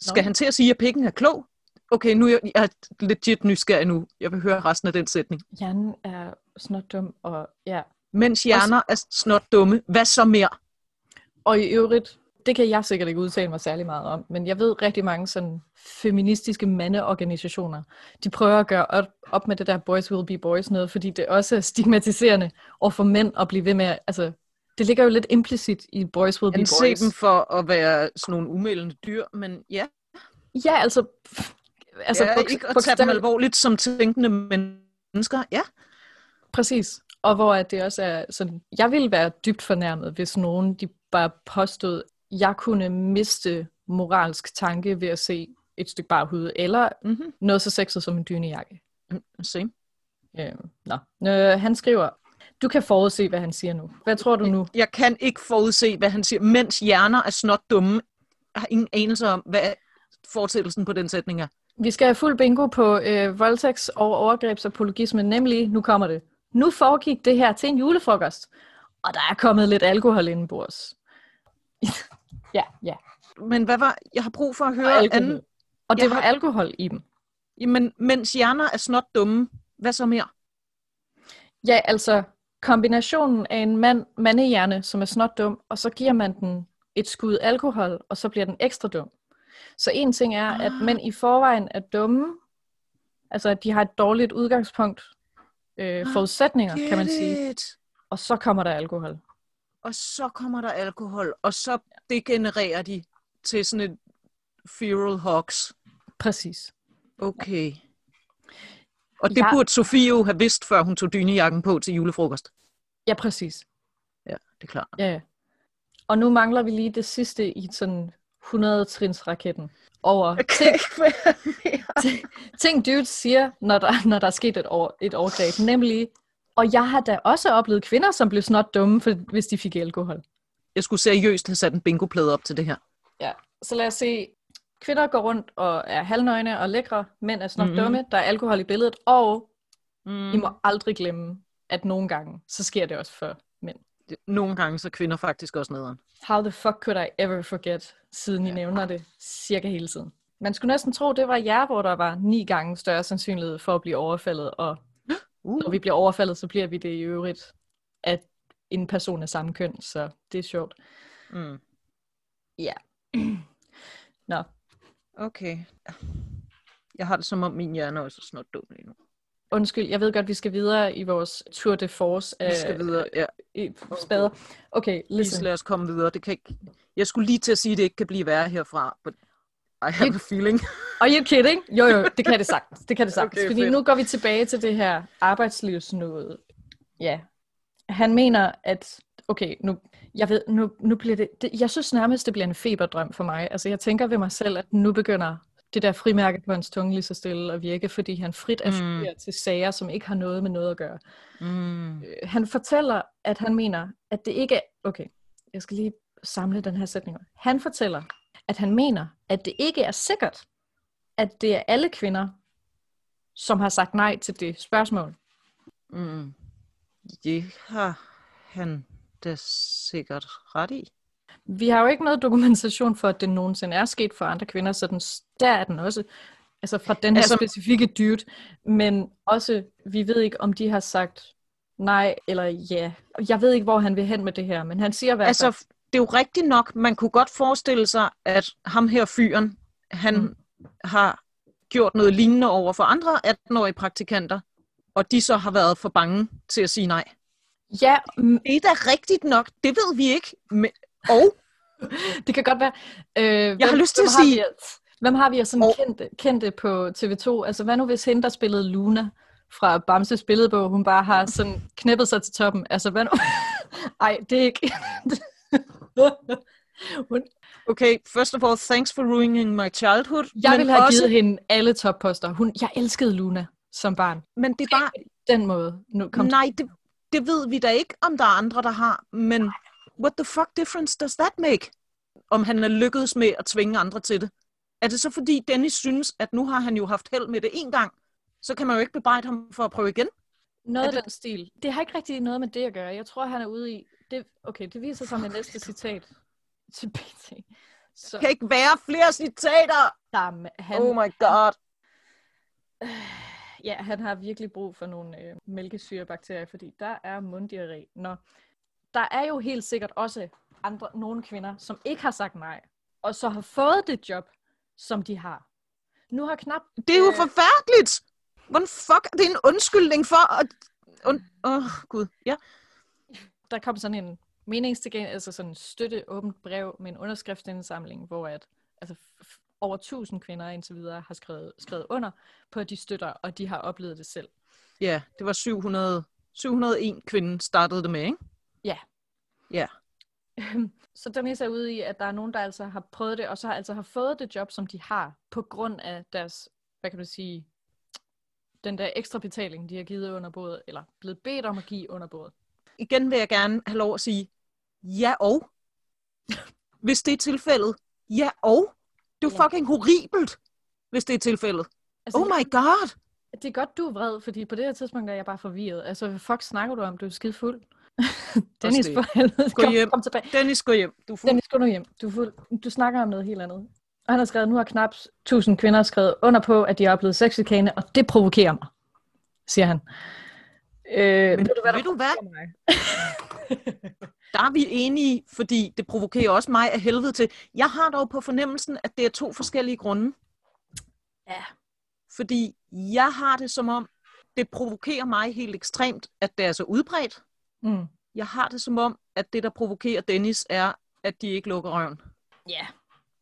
Speaker 1: Skal
Speaker 2: Nå.
Speaker 1: han til at sige, at pikken er klog? Okay, nu er jeg, jeg er legit nysgerrig nu. Jeg vil høre resten af den sætning.
Speaker 2: Hjernen er snot dum, og ja.
Speaker 1: Mens hjerner er snot dumme, hvad så mere?
Speaker 2: Og i øvrigt, det kan jeg sikkert ikke udtale mig særlig meget om, men jeg ved rigtig mange sådan feministiske mandeorganisationer, de prøver at gøre op, op med det der boys will be boys noget, fordi det også er stigmatiserende over for mænd at blive ved med, at- altså det ligger jo lidt implicit i boys will be
Speaker 1: Anse
Speaker 2: boys.
Speaker 1: dem for at være sådan nogle umældende dyr, men ja,
Speaker 2: Ja, altså, pff,
Speaker 1: altså,
Speaker 2: altså
Speaker 1: ja
Speaker 2: buks-
Speaker 1: ikke at tage dem
Speaker 2: bogstaveligt-
Speaker 1: alvorligt som tænkende mennesker. Ja,
Speaker 2: Præcis. Og hvor at det også er sådan, jeg ville være dybt fornærmet, hvis nogen de bare påstod, jeg kunne miste moralsk tanke ved at se et stykke bar hud, eller
Speaker 1: mm-hmm.
Speaker 2: noget så sexet som en dynejakke.
Speaker 1: same.
Speaker 2: Øh, nå. Øh, han skriver, du kan forudse, hvad han siger nu. Hvad tror du nu?
Speaker 1: Jeg kan ikke forudse, hvad han siger. Mens hjerner er snot dumme, jeg har ingen anelse om, hvad fortsættelsen på den sætning er.
Speaker 2: Vi skal have fuld bingo på øh, voldtægts- og overgrebsapologismen, nemlig, nu kommer det. Nu foregik det her til en julefrokost, og der er kommet lidt alkohol indenbords. ja, ja.
Speaker 1: Men hvad var... Jeg har brug for at
Speaker 2: og
Speaker 1: høre
Speaker 2: alkohol.
Speaker 1: anden...
Speaker 2: Og det
Speaker 1: Jeg
Speaker 2: var
Speaker 1: har-
Speaker 2: alkohol i dem.
Speaker 1: Jamen, mens hjerner er snot dumme, hvad så mere?
Speaker 2: Ja, altså kombinationen af en mand, mandehjerne, som er snot dum, og så giver man den et skud alkohol, og så bliver den ekstra dum. Så en ting er, at
Speaker 1: Ah.
Speaker 2: mænd i forvejen er dumme, altså at de har et dårligt udgangspunkt, øh,
Speaker 1: Ah,
Speaker 2: forudsætninger, kan man
Speaker 1: Get
Speaker 2: sige,
Speaker 1: it.
Speaker 2: og så kommer der alkohol.
Speaker 1: Og så kommer der alkohol, og så degenererer de til sådan et feral hogs.
Speaker 2: Præcis.
Speaker 1: Okay. Og det
Speaker 2: Jeg-
Speaker 1: burde Sofie jo have vidst, før hun tog dynejakken på til julefrokost.
Speaker 2: Ja, præcis.
Speaker 1: Ja, det er klart.
Speaker 2: Ja, ja. Og nu mangler vi lige det sidste i sådan 100-trins-raketten over ting, ting- ting dudes siger, når der, når der er sket et, over, et overgreb, nemlig, og jeg har da også oplevet kvinder, som blev snot dumme, for, hvis de fik alkohol.
Speaker 1: Jeg skulle seriøst have sat en bingoplade op til det her.
Speaker 2: Så lad os se, kvinder går rundt og er halvnøgne og lækre, mænd er snot
Speaker 1: Mhm.
Speaker 2: dumme, der er alkohol i billedet, og
Speaker 1: Mm.
Speaker 2: I må aldrig glemme, at nogle gange, så sker det også for mænd.
Speaker 1: Nogle gange så er kvinder faktisk også nederen.
Speaker 2: How the fuck could I ever forget, siden I nævner det cirka hele tiden. Man skulle næsten tro, det var jer, hvor der var ni gange større sandsynlighed for at blive overfaldet, og når
Speaker 1: Uh.
Speaker 2: vi bliver overfaldet, så bliver vi det i øvrigt at en person af samme køn, så det er sjovt.
Speaker 1: Mm.
Speaker 2: Nå,
Speaker 1: Okay. Jeg har det som om, min hjerne også er snot dum lige nu.
Speaker 2: undskyld, jeg ved godt, vi skal videre i vores tour de force af
Speaker 1: Vi skal videre. Ja,
Speaker 2: i spader. Okay,
Speaker 1: please,
Speaker 2: listen.
Speaker 1: lad os komme videre. Det kan ikke... Jeg skulle lige til at sige, at det ikke kan blive værre herfra, but I have a feeling.
Speaker 2: Are you kidding? Jo, jo, det kan det sagtens. Det kan det sagtens.
Speaker 1: Okay,
Speaker 2: Okay, fordi
Speaker 1: fedt.
Speaker 2: nu går vi tilbage til det her arbejdslivsnode. Ja. Han mener, at... Okay, nu, jeg ved, nu, nu bliver det, det... Jeg synes nærmest, det bliver en feberdrøm for mig. Altså, jeg tænker ved mig selv, at nu begynder det der frimærke på hans tunge lige så stille at virke, fordi han frit
Speaker 1: Mm.
Speaker 2: affierer mm. til sager, som ikke har noget med noget at gøre.
Speaker 1: Mm.
Speaker 2: Øh, han fortæller, at han mener, at det ikke er... Okay, jeg skal lige samle den her sætning. op. Han fortæller, at han mener, at det ikke er sikkert, at det er alle kvinder, som har sagt nej til det spørgsmål.
Speaker 1: Mm. Det har han da sikkert ret i.
Speaker 2: Vi har jo ikke noget dokumentation for, at det nogensinde er sket for andre kvinder, så den, der er den også. Altså fra den her altså,
Speaker 1: Altså-
Speaker 2: specifikke dude. Men også, vi ved ikke, om de har sagt nej eller ja. Jeg ved ikke, hvor han vil hen med det her, men han siger i hvert fald...
Speaker 1: Altså, det er jo rigtigt nok, man kunne godt forestille sig, at ham her fyren, han
Speaker 2: Mm.
Speaker 1: mm. har gjort noget lignende over for andre 18-årige praktikanter, og de så har været for bange til at sige nej.
Speaker 2: ja, m-
Speaker 1: Det er da rigtigt nok, det ved vi ikke. Men, og
Speaker 2: Det kan godt være. Øh, jeg
Speaker 1: har lyst til at sige-
Speaker 2: Vi, af- hvem har vi af sådan
Speaker 1: Og-
Speaker 2: kendte, kendte på TV2? Altså, hvad nu hvis hende, der spillede Luna fra Bamses billedbog, hun bare har sådan knippet sig til toppen? Altså, hvad nu? Ej, det er ikke... hun,
Speaker 1: okay, first of all, thanks for ruining my childhood.
Speaker 2: jeg
Speaker 1: men
Speaker 2: ville have
Speaker 1: også,
Speaker 2: givet hende alle topposter. Hun, jeg elskede Luna som barn.
Speaker 1: Men det er bare,
Speaker 2: Den måde. Nu kom
Speaker 1: nej, det, det ved vi da ikke, om der er andre, der har, men what the fuck difference does that make? Om han er lykkedes med at tvinge andre til det. Er det så fordi Dennis synes, at nu har han jo haft held med det en gang, så kan man jo ikke bebrejde ham for at prøve igen?
Speaker 2: Noget
Speaker 1: Er
Speaker 2: af
Speaker 1: det-
Speaker 2: den stil. Det har ikke rigtig noget med det at gøre. Jeg tror, han er ude i... Det, okay, det viser sig med næste citat til BT. Så,
Speaker 1: Kan ikke være flere citater!
Speaker 2: Jamen, han,
Speaker 1: Han... Oh my god.
Speaker 2: Ja, han har virkelig brug for nogle øh, mælkesyrebakterier, fordi der er munddiarré. Nå, der er jo helt sikkert også andre, nogle kvinder, som ikke har sagt nej, og så har fået det job, som de har. Nu har knap...
Speaker 1: Det er jo
Speaker 2: øh,
Speaker 1: forfærdeligt! Hvordan fuck er det en undskyldning for at... Åh, und... oh, gud. Ja.
Speaker 2: der kom sådan en meningstilgængelig, altså sådan en støtte åbent brev med en underskriftsindsamling, hvor at, altså, f- f- over 1000 kvinder indtil videre har skrevet, skrevet under på, at de støtter, og de har oplevet det selv.
Speaker 1: ja, det var 700... 701 kvinden startede det med, ikke?
Speaker 2: Øhm, Så den er ude i, at der er nogen, der altså har prøvet det, og så har altså har fået det job, som de har, på grund af deres, hvad kan man sige, den der ekstra betaling, de har givet under bordet, eller blevet bedt om at give under bordet.
Speaker 1: Igen vil jeg gerne have lov at sige, ja og. Hvis det er tilfældet, ja og. Det er jo
Speaker 2: Ja.
Speaker 1: fucking horribelt, hvis det er tilfældet.
Speaker 2: Altså,
Speaker 1: Oh my god!
Speaker 2: Det er godt, du er vred, fordi på det her tidspunkt er jeg bare forvirret. Altså, hvad fuck snakker du om? Du er skide fuld. Dennis,
Speaker 1: det.
Speaker 2: for helvede,
Speaker 1: Gå
Speaker 2: kom,
Speaker 1: hjem.
Speaker 2: kom tilbage.
Speaker 1: Dennis, gå hjem. Du er fuld.
Speaker 2: Dennis, gå nu hjem. Du er fuld. Du snakker om noget helt andet. Og han har skrevet, nu har knap 1000 kvinder skrevet under på, at de har oplevet sexchikane, og det provokerer mig, siger han. Øh,
Speaker 1: Men
Speaker 2: ved du, hvad der
Speaker 1: ved du hvad?
Speaker 2: provokerer mig?
Speaker 1: Der er vi enige, fordi det provokerer også mig af helvede til. Jeg har dog på fornemmelsen, at det er to forskellige grunde.
Speaker 2: Ja.
Speaker 1: Fordi jeg har det som om, det provokerer mig helt ekstremt, at det er så udbredt.
Speaker 2: Mm.
Speaker 1: Jeg har det som om, at det, der provokerer Dennis, er, at de ikke lukker røven.
Speaker 2: Ja,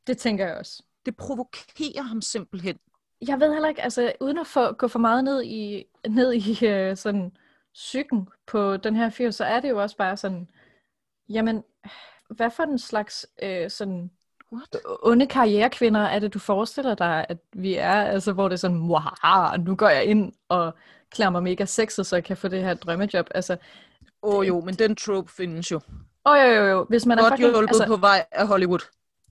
Speaker 2: det tænker jeg også.
Speaker 1: Det provokerer ham simpelthen.
Speaker 2: Jeg ved heller ikke, altså uden at få, gå for meget ned i, ned i øh, sådan psyken på den her fyr, så er det jo også bare sådan, jamen, hvad for en slags øh, sådan
Speaker 1: What?
Speaker 2: onde karrierekvinder er det, du forestiller dig, at vi er? Altså, hvor det er sådan, muhaha, nu går jeg ind og klæder mig mega sexet, så jeg kan få det her drømmejob. Altså,
Speaker 1: Åh oh, jo, men den trope findes jo.
Speaker 2: åh jo, jo, jo, hvis man er
Speaker 1: Godt hjulpet
Speaker 2: altså,
Speaker 1: altså... på vej af Hollywood.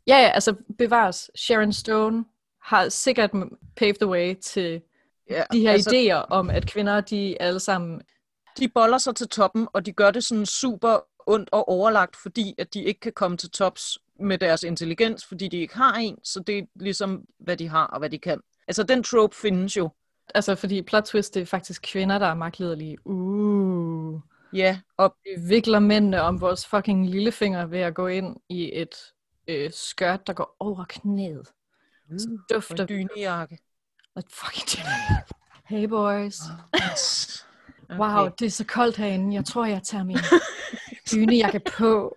Speaker 2: Ja, ja, altså bevares. Sharon Stone har sikkert paved the way til
Speaker 1: Ja,
Speaker 2: de her
Speaker 1: altså-
Speaker 2: altså... idéer om, at kvinder, de alle sammen...
Speaker 1: de boller sig til toppen, og de gør det sådan super ondt og overlagt, fordi at de ikke kan komme til tops med deres intelligens, fordi de ikke har en, så det er ligesom, hvad de har og hvad de kan. Altså, den trope findes jo.
Speaker 2: Altså, fordi plot twist, det er faktisk kvinder, der er magtlederlige. Uh.
Speaker 1: Ja, og
Speaker 2: Vi vikler mændene om vores fucking lillefinger ved at gå ind i et øh, skørt, der går over knæet.
Speaker 1: uh, og
Speaker 2: dufter
Speaker 1: en dynejakke.
Speaker 2: Og fucking Hey boys.
Speaker 1: Okay.
Speaker 2: Wow, okay. det er så koldt herinde. Jeg tror, jeg tager min dynejakke på.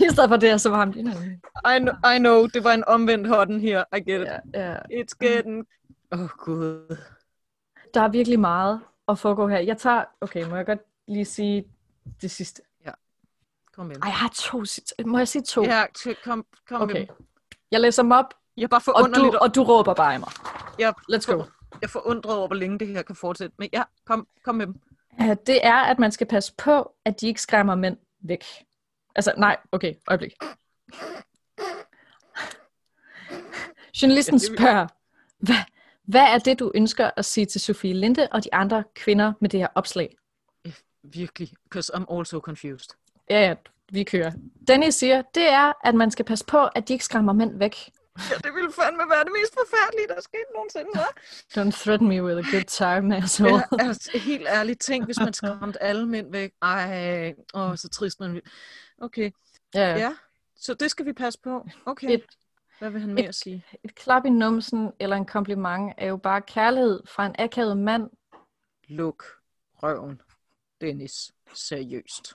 Speaker 2: I stedet for det, er så varmt indeni.
Speaker 1: I, know, I know, det var en omvendt hånden her. I get it.
Speaker 2: Ja, ja.
Speaker 1: It's getting... Åh, oh, gud.
Speaker 2: Der er virkelig meget at foregå her. Jeg tager... Okay, må jeg godt lige sige det sidste?
Speaker 1: Kom med.
Speaker 2: Ej, jeg har to... sit- Må jeg sige to?
Speaker 1: Ja, t- kom, kom okay. med.
Speaker 2: Okay.
Speaker 1: dem.
Speaker 2: Jeg læser dem op,
Speaker 1: Jeg er bare
Speaker 2: og
Speaker 1: forundret
Speaker 2: du, og du råber bare af mig.
Speaker 1: Jeg,
Speaker 2: Let's go.
Speaker 1: jeg er forundret over, hvor længe det her kan fortsætte. Men ja, kom, kom med dem.
Speaker 2: Øh, Det er, at man skal passe på, at de ikke skræmmer mænd væk. Altså, nej, okay, øjeblik. Journalisten
Speaker 1: Ja, det vil-
Speaker 2: spørger, hvad, hvad er det, du ønsker at sige til Sofie Linde og de andre kvinder med det her opslag?
Speaker 1: Virkelig, because I'm also confused.
Speaker 2: Ja, ja, vi kører. Dennis siger, det er, at man skal passe på, at de ikke skræmmer mænd væk.
Speaker 1: Ja, det ville fandme være det mest forfærdelige, der er sket nogensinde, hva'?
Speaker 2: Don't threaten me with a good time, asshole.
Speaker 1: Ja, altså, helt ærligt, tænk, hvis man skræmte alle mænd væk. Ej, åh, så trist man vil. Okay,
Speaker 2: Ja, ja.
Speaker 1: ja. Så det skal vi passe på. Okay,
Speaker 2: Et,
Speaker 1: hvad vil han mere sige?
Speaker 2: et klap i numsen eller en kompliment er jo bare kærlighed fra en akavet mand,
Speaker 1: Luk røven, Dennis. Seriøst.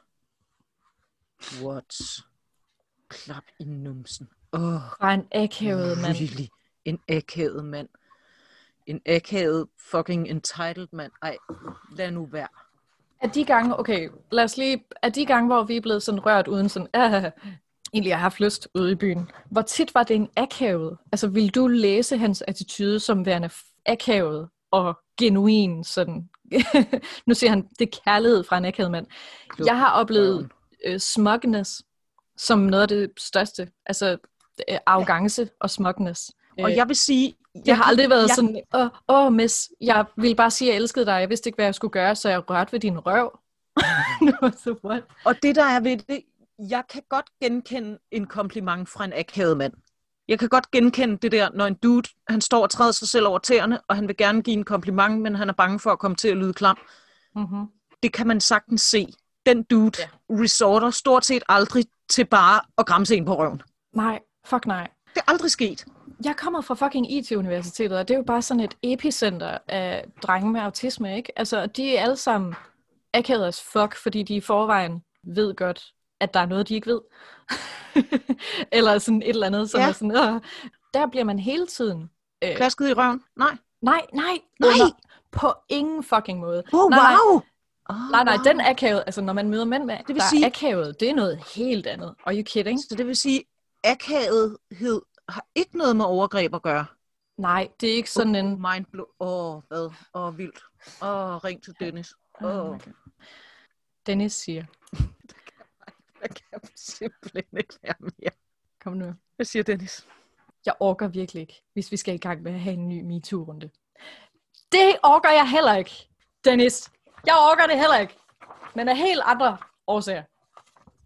Speaker 1: What? Klap i numsen. Åh, oh,
Speaker 2: fra en akavet mand.
Speaker 1: really? En akavet mand. En akavet fucking entitled mand. Ej, lad nu være.
Speaker 2: Af de gange, okay, lad os lige, af de gange, hvor vi er blevet sådan rørt uden sådan, ah, egentlig jeg har haft lyst ude i byen. Hvor tit var det en akavet? Altså, ville du læse hans attitude som værende f- akavet og genuin sådan? nu siger han, det er kærlighed fra en akavet mand.
Speaker 1: Luk
Speaker 2: Jeg har oplevet
Speaker 1: røven.
Speaker 2: øh, smugness som noget af det største. Altså, øh, arrogance og smugness.
Speaker 1: Og
Speaker 2: Øh,
Speaker 1: jeg vil sige...
Speaker 2: jeg har aldrig været
Speaker 1: jeg-
Speaker 2: jeg... sådan, åh, åh, miss, jeg ville bare sige, at jeg elskede dig, jeg vidste ikke, hvad jeg skulle gøre, så jeg rørte ved din røv. så what?
Speaker 1: Og det, der er ved det, jeg kan godt genkende en kompliment fra en akavet mand. Jeg kan godt genkende det der, når en dude, han står og træder sig selv over tæerne, og han vil gerne give en kompliment, men han er bange for at komme til at lyde klam.
Speaker 2: Mm-hmm.
Speaker 1: Det kan man sagtens se. den dude
Speaker 2: Ja.
Speaker 1: ja. resorter stort set aldrig til bare at græmse en på røven.
Speaker 2: Nej, fuck nej.
Speaker 1: Det er aldrig sket.
Speaker 2: Jeg kommer fra fucking IT-universitetet, og det er jo bare sådan et epicenter af drenge med autisme, ikke? Altså, og de er alle sammen akavet as fuck, fordi de i forvejen ved godt, at der er noget, de ikke ved. eller sådan et eller andet, som ja.
Speaker 1: Ja.
Speaker 2: er sådan, Åh. der bliver man hele tiden. Øh,
Speaker 1: Klasket i røven? Nej.
Speaker 2: nej, nej,
Speaker 1: Nej!
Speaker 2: under- på ingen fucking måde.
Speaker 1: Oh,
Speaker 2: nej, nej,
Speaker 1: wow! Oh,
Speaker 2: nej, nej,
Speaker 1: wow.
Speaker 2: den akavet, altså når man møder mænd med, det
Speaker 1: vil
Speaker 2: vil der sige...
Speaker 1: sige-
Speaker 2: er akavet, det er noget helt andet. Are you kidding?
Speaker 1: Så det vil sige, akavethed har ikke noget med overgreb at gøre.
Speaker 2: Nej, det er ikke sådan en...
Speaker 1: Mind blow. Åh, oh, hvad? Åh, oh, vildt. Åh, oh, ring til Dennis. Åh,
Speaker 2: Oh
Speaker 1: oh,
Speaker 2: my God. Dennis siger,
Speaker 1: jeg kan simpelthen ikke være mere.
Speaker 2: kom nu.
Speaker 1: Hvad siger Dennis?
Speaker 2: Jeg orker virkelig ikke, hvis vi skal i gang med at have en ny MeToo-runde. Det orker jeg heller ikke, Dennis. Jeg orker det heller ikke. Men af helt andre årsager.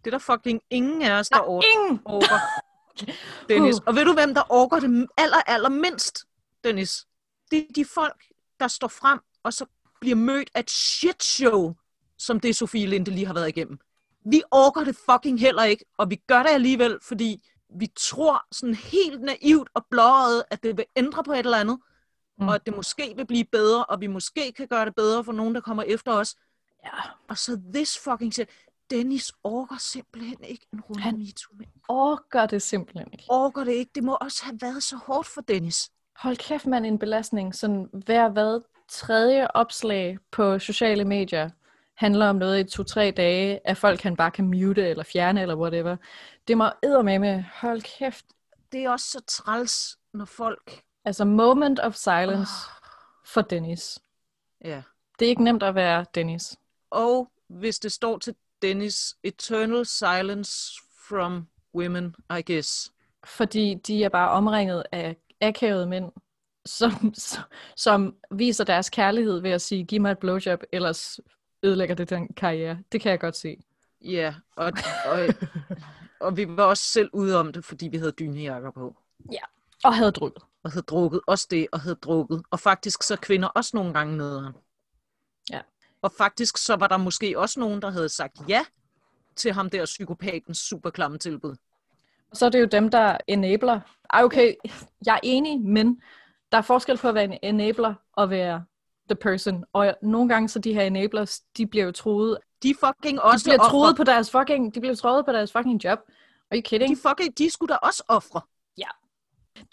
Speaker 1: Det er der fucking ingen af os,
Speaker 2: Der
Speaker 1: der over.
Speaker 2: er ingen!
Speaker 1: orker Uh. Dennis. Og ved du, hvem der orker det aller, aller mindst, Dennis? Det er de folk, der står frem, og så bliver mødt af et shitshow, som det Sofie Linde lige har været igennem. Vi orker det fucking heller ikke, og vi gør det alligevel, fordi vi tror sådan helt naivt og blåret, at det vil ændre på et eller andet,
Speaker 2: Mm.
Speaker 1: mm. og at det måske vil blive bedre, og vi måske kan gøre det bedre for nogen, der kommer efter os.
Speaker 2: Ja,
Speaker 1: Og så this fucking shit. Dennis orker simpelthen ikke en runde
Speaker 2: Han-
Speaker 1: Han... MeToo mere
Speaker 2: orker det simpelthen ikke.
Speaker 1: orker det ikke. Det må også have været så hårdt for Dennis.
Speaker 2: Hold kæft, man en belastning. Sådan hver hvad tredje opslag på sociale medier handler om noget i to-tre dage, at folk han bare kan mute eller fjerne eller whatever. Det må eddermame, hold kæft.
Speaker 1: Det er også så træls, når folk...
Speaker 2: Altså moment of silence for Dennis.
Speaker 1: Ja.
Speaker 2: Det er ikke nemt at være Dennis.
Speaker 1: Og hvis det står til Dennis, eternal silence from women, I guess.
Speaker 2: fordi de er bare omringet af akavede mænd, som, som viser deres kærlighed ved at sige, giv mig et blowjob, ellers ødelægger det den karriere. Det kan jeg godt se.
Speaker 1: Ja, og, og, og vi var også selv ude om det, fordi vi havde dynejakker på.
Speaker 2: Og havde drukket.
Speaker 1: Og havde drukket også det, og havde drukket. Og faktisk så er kvinder også nogle gange nederen.
Speaker 2: Ja.
Speaker 1: Og faktisk så var der måske også nogen, der havde sagt ja til ham der psykopatens superklamme tilbud.
Speaker 2: Og så er det jo dem, der enabler. Ej, okay, jeg er enig, men der er forskel på at være en enabler og være the person. Og nogle gange så de her enablers, de bliver jo troet.
Speaker 1: De er fucking
Speaker 2: De
Speaker 1: også
Speaker 2: bliver
Speaker 1: ofre.
Speaker 2: troet på deres fucking, de bliver troet på deres fucking job. Are you kidding?
Speaker 1: De, fucking, de skulle da også ofre.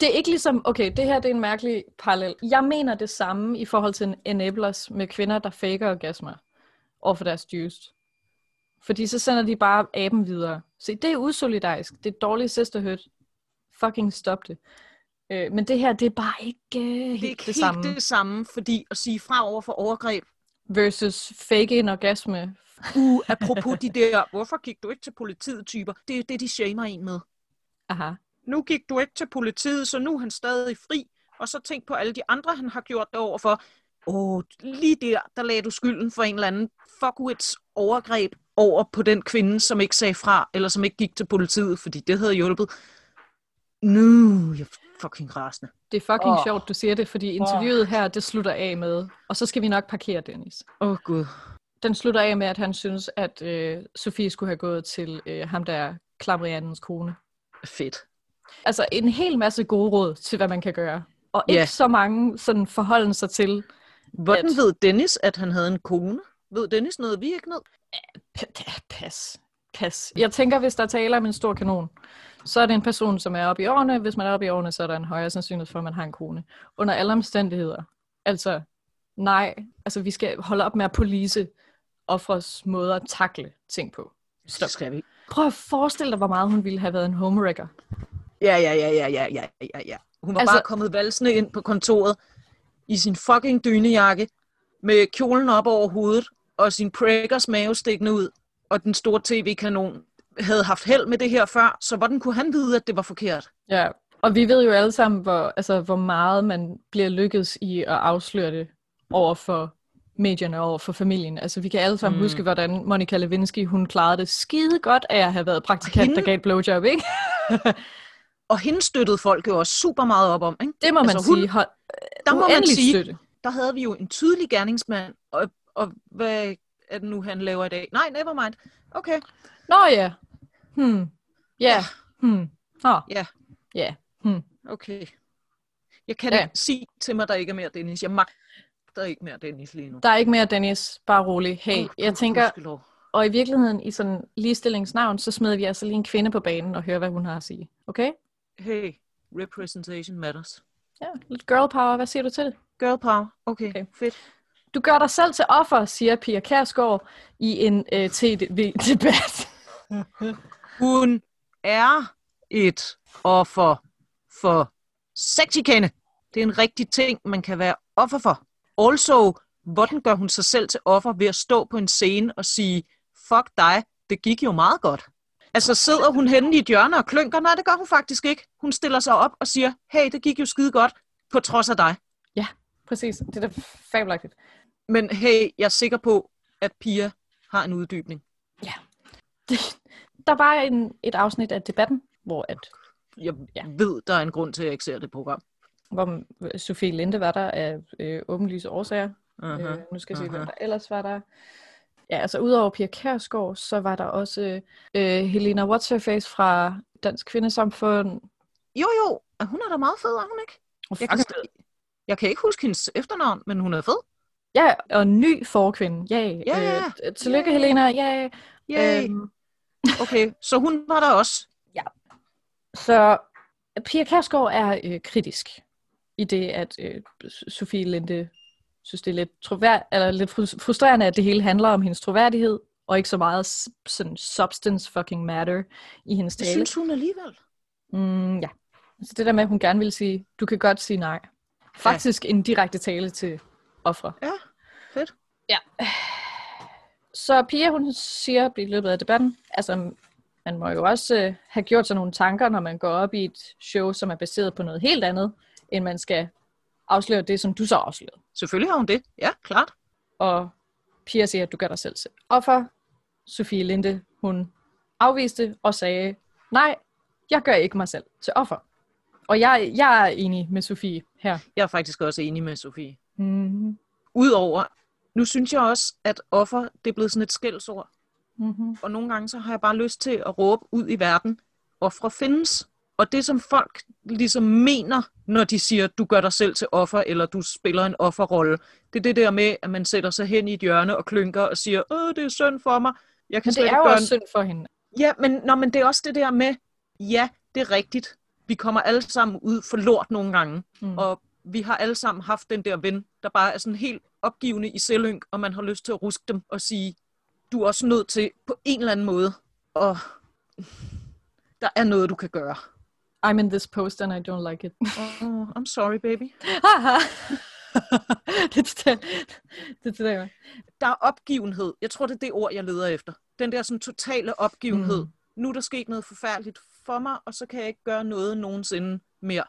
Speaker 2: Det er ikke ligesom, okay, det her det er en mærkelig parallel. Jeg mener det samme i forhold til enablers med kvinder, der faker orgasmer over for deres dyrest. Fordi så sender de bare aben videre. Se, det er usolidarisk. Det er dårlig sisterhood. Fucking stop det. Øh, men det her, det er bare ikke
Speaker 1: Det
Speaker 2: øh, helt
Speaker 1: er
Speaker 2: det,
Speaker 1: ikke
Speaker 2: det samme.
Speaker 1: helt det samme, fordi at sige fra over for overgreb,
Speaker 2: Versus fake en orgasme.
Speaker 1: uh, apropos de der, hvorfor gik du ikke til politiet typer, det er jo det, de shamer en med.
Speaker 2: Aha.
Speaker 1: Nu gik du ikke til politiet, så nu er han stadig fri, og så tænk på alle de andre, han har gjort det over for. Åh, oh, lige der, der lagde du skylden for en eller anden fuckwits overgreb over på den kvinde, som ikke sagde fra, eller som ikke gik til politiet, fordi det havde hjulpet. Nu er jeg fucking rasende.
Speaker 2: Det er fucking oh.
Speaker 1: Åh.
Speaker 2: sjovt, du siger det, fordi interviewet her, det slutter af med, og så skal vi nok parkere, Dennis.
Speaker 1: Åh, oh, Gud.
Speaker 2: den slutter af med, at han synes, at øh, Sofie skulle have gået til øh, ham, der er Klamrianens kone.
Speaker 1: Fedt.
Speaker 2: Altså en hel masse gode råd til, hvad man kan gøre. Og ikke
Speaker 1: Ja.
Speaker 2: så mange sådan forholden sig til,
Speaker 1: Hvordan
Speaker 2: at-
Speaker 1: at... ved Dennis, at han havde en kone? Ved Dennis noget, vi ikke ved?
Speaker 2: "P- ja, pas, pas. Jeg tænker, hvis der taler om en stor kanon, så er det en person, som er oppe i årene. Hvis man er oppe i årene, så er der en højere sandsynlighed for, at man har en kone. Under alle omstændigheder. Altså, nej. Altså, vi skal holde op med at police offres måder at takle ting på. Stop.
Speaker 1: Det skal vi.
Speaker 2: Prøv at forestille dig, hvor meget hun ville have været en homewrecker.
Speaker 1: Ja, ja, ja, ja, ja, ja, ja, ja. Hun var
Speaker 2: Altså-
Speaker 1: altså... bare kommet valsende ind på kontoret i sin fucking dynejakke, med kjolen op over hovedet, og sin prækkers mave stikkende ud, og den store tv-kanon havde haft held med det her før, så hvordan kunne han vide, at det var forkert?
Speaker 2: Ja, og vi ved jo alle sammen, hvor, altså, hvor meget man bliver lykkedes i at afsløre det over for medierne og over for familien. Altså, vi kan alle sammen mm.
Speaker 1: Mm.
Speaker 2: huske, hvordan Monica Lewinsky, hun klarede det skide godt af at have været praktikant,
Speaker 1: Hende-
Speaker 2: der gav et blowjob, ikke?
Speaker 1: Og hende støttede folk jo også super meget op om, ikke?
Speaker 2: Det må man
Speaker 1: Altså, hun-
Speaker 2: sige. Hold,
Speaker 1: Der må man
Speaker 2: uendelig
Speaker 1: sige,
Speaker 2: støtte.
Speaker 1: der havde vi jo en tydelig gerningsmand, og, og hvad er det nu, han laver i dag? Nej, never mind. Okay.
Speaker 2: Nå ja. Hmm. Ja.
Speaker 1: Ja.
Speaker 2: Hmm. Nå.
Speaker 1: Ja.
Speaker 2: Ja. Hmm.
Speaker 1: Okay. Jeg kan
Speaker 2: Ja.
Speaker 1: ja. sige til mig, der ikke er mere Dennis. Jeg magter ikke mere Dennis lige nu.
Speaker 2: Der er ikke mere, Dennis. Bare rolig. Hey,
Speaker 1: Gud,
Speaker 2: jeg
Speaker 1: Gud,
Speaker 2: tænker,
Speaker 1: gudskelov.
Speaker 2: og i virkeligheden i sådan ligestillingsnavn, så smider vi altså lige en kvinde på banen og hører, hvad hun har at sige. Okay?
Speaker 1: Hey, representation matters.
Speaker 2: Ja, lidt girl power. Hvad siger du til det?
Speaker 1: Girl power. Okay,
Speaker 2: Okay.
Speaker 1: okay. fedt.
Speaker 2: Du gør dig selv til offer, siger Pia Kærsgaard i en øh, TV-debat.
Speaker 1: Hun er et offer for sexchikane. Det er en rigtig ting, man kan være offer for. Also, hvordan gør hun sig selv til offer ved at stå på en scene og sige, fuck dig, det gik jo meget godt. Altså sidder hun henne i et hjørne og klynker? Nej, det gør hun faktisk ikke. Hun stiller sig op og siger, hey, det gik jo skide godt, på trods af dig.
Speaker 2: Præcis, det er da fabelagtigt.
Speaker 1: Men hey, jeg er sikker på, at Pia har en uddybning.
Speaker 2: Der var en, et afsnit af debatten, hvor, at,
Speaker 1: Jeg
Speaker 2: Ja.
Speaker 1: ved, der er en grund til, at jeg ikke ser det program.
Speaker 2: hvor Sofie Linde var der af øh, åbenlyse årsager.
Speaker 1: Uh-huh.
Speaker 2: Øh, nu skal jeg se, hvad
Speaker 1: aha.
Speaker 2: der ellers var der. Ja, altså udover Pia Kærsgaard, så var der også øh, Helena What's-Her-Face fra Dansk Kvindesamfund.
Speaker 1: Jo, jo, og hun er da meget fed, er hun ikke?
Speaker 2: Og
Speaker 1: Jeg kan, jeg kan ikke huske hendes efternavn, men hun er fed.
Speaker 2: Ja, og ny forkvinde. Ja,
Speaker 1: Ja, ja,
Speaker 2: Øh, tillykke,
Speaker 1: ja.
Speaker 2: Helena. Ja,
Speaker 1: Yay.
Speaker 2: Øhm,
Speaker 1: Øh, Okay, så hun var der også.
Speaker 2: Så Pia Kærsgaard er øh, kritisk i det, at øh, Sofie Linde synes, det er lidt, trovær- eller lidt frus- frustrerende, at det hele handler om hendes troværdighed, og ikke så meget s- sådan substance fucking matter i hendes
Speaker 1: Det
Speaker 2: tale.
Speaker 1: synes hun alligevel.
Speaker 2: Mm, ja. Så det der med, at hun gerne vil sige, du kan godt sige nej. Faktisk ja. en direkte tale til ofre.
Speaker 1: Ja, fedt.
Speaker 2: Ja. Så Pia, hun siger i løbet af debatten, altså man må jo også øh, have gjort sig nogle tanker, når man går op i et show, som er baseret på noget helt andet, end man skal afsløre det, som du så afslørede.
Speaker 1: Selvfølgelig har hun det. Ja, klart.
Speaker 2: Og Pia siger, at du gør dig selv til offer. Sofie Linde, hun afviste og sagde, nej, jeg gør ikke mig selv til offer. Og jeg, jeg er enig med Sofie her.
Speaker 1: Jeg er faktisk også enig med Sofie.
Speaker 2: Mm-hmm.
Speaker 1: Udover, nu synes jeg også, at offer, det er blevet sådan et skældsord.
Speaker 2: Mm-hmm.
Speaker 1: Og nogle gange, så har jeg bare lyst til at råbe ud i verden, ofre findes. Og det, som folk ligesom mener, når de siger, du gør dig selv til offer, eller du spiller en offerrolle, det er det der med, at man sætter sig hen i et hjørne og klynker og siger, åh, det er synd for mig. Jeg kan
Speaker 2: Men
Speaker 1: slet
Speaker 2: det
Speaker 1: ikke
Speaker 2: er jo
Speaker 1: gøre
Speaker 2: også synd for hende.
Speaker 1: Ja, men, nå, men det er også det der med, ja, det er rigtigt. Vi kommer alle sammen ud for lort nogle gange,
Speaker 2: Mm.
Speaker 1: mm. og vi har alle sammen haft den der ven, der bare er sådan helt opgivende i selvynk, og man har lyst til at ruske dem og sige, du er også nødt til på en eller anden måde, og der er noget, du kan gøre.
Speaker 2: I'm in this post, and I don't like it.
Speaker 1: Oh, I'm sorry, baby.
Speaker 2: Haha. det er det der. Det er det der.
Speaker 1: Der er opgivenhed. Jeg tror, det er det ord, jeg leder efter. Den der sådan totale opgivenhed.
Speaker 2: Mm.
Speaker 1: Mm. Nu er der sket noget forfærdeligt for mig, og så kan jeg ikke gøre noget nogensinde mere.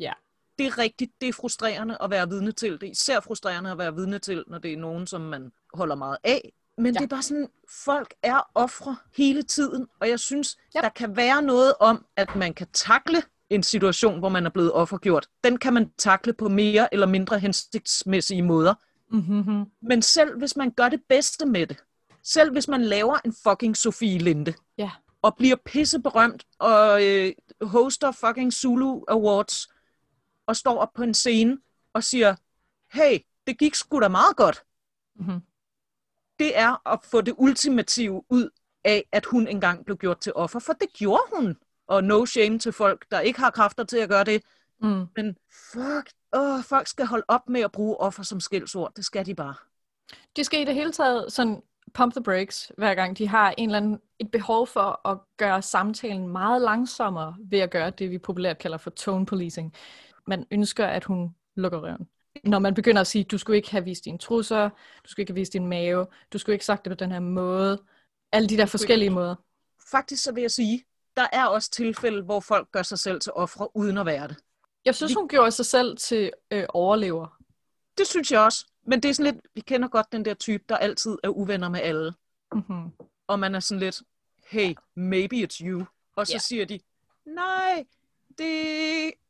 Speaker 2: Ja.
Speaker 1: det er rigtigt, det er frustrerende at være vidne til. Det er især frustrerende at være vidne til, når det er nogen, som man holder meget af. Men
Speaker 2: Ja.
Speaker 1: ja. det er bare sådan, folk er ofre hele tiden, og jeg synes,
Speaker 2: Yep.
Speaker 1: yep. der kan være noget om, at man kan takle en situation, hvor man er blevet offergjort. Den kan man takle på mere eller mindre hensigtsmæssige måder.
Speaker 2: Mm-hmm.
Speaker 1: Men selv hvis man gør det bedste med det, selv hvis man laver en fucking Sofie Linde,
Speaker 2: Ja.
Speaker 1: og bliver pisseberømt, og øh, hoster fucking Zulu Awards, og står op på en scene og siger, hey, det gik sgu da meget godt.
Speaker 2: Mm-hmm.
Speaker 1: Det er at få det ultimative ud af, at hun engang blev gjort til offer, for det gjorde hun. Og no shame til folk, der ikke har kræfter til at gøre det,
Speaker 2: Mm.
Speaker 1: men fuck, åh, folk skal holde op med at bruge offer som skældsord. Det skal de bare.
Speaker 2: De skal i det hele taget sådan pump the brakes, hver gang de har en eller anden, et behov for at gøre samtalen meget langsommere ved at gøre det, vi populært kalder for tone policing. Man ønsker, at hun lukker røven. Når man begynder at sige, du skulle ikke have vist dine trusser, du skulle ikke have vist din mave, du skulle ikke have sagt det på den her måde. Alle de der forskellige måder.
Speaker 1: faktisk så vil jeg sige, der er også tilfælde, hvor folk gør sig selv til ofre uden at være det.
Speaker 2: Jeg synes, hun gjorde sig selv til øh, overlever.
Speaker 1: Det synes jeg også. Men det er sådan lidt, vi kender godt den der type, der altid er uvenner med alle.
Speaker 2: Mm-hmm.
Speaker 1: Og man er sådan lidt, hey, maybe it's you. Og så
Speaker 2: Ja.
Speaker 1: yeah. siger de, nej,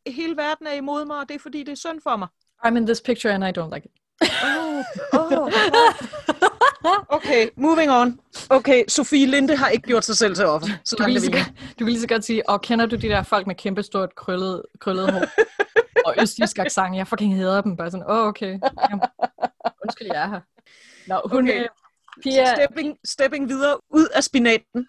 Speaker 1: det hele verden er imod mig, og det er fordi, det er synd for mig.
Speaker 2: I'm in this picture, and I don't like it.
Speaker 1: Åh, oh, oh, Okay, moving on. Okay, Sofie Linde har ikke gjort sig selv til offer. Så
Speaker 2: Du kan, lige
Speaker 1: langt
Speaker 2: så
Speaker 1: er vi enige.
Speaker 2: godt, du kan lige så godt sige, og kender du de der folk med kæmpestort krøllet, krøllet hår og østjysk accent? Jeg fucking hader dem. Bare sådan, åh, oh, okay. Jamen, Undskyld, jeg er her. Nå, hun
Speaker 1: Okay.
Speaker 2: okay. Pia,
Speaker 1: stepping, stepping videre ud af spinaten.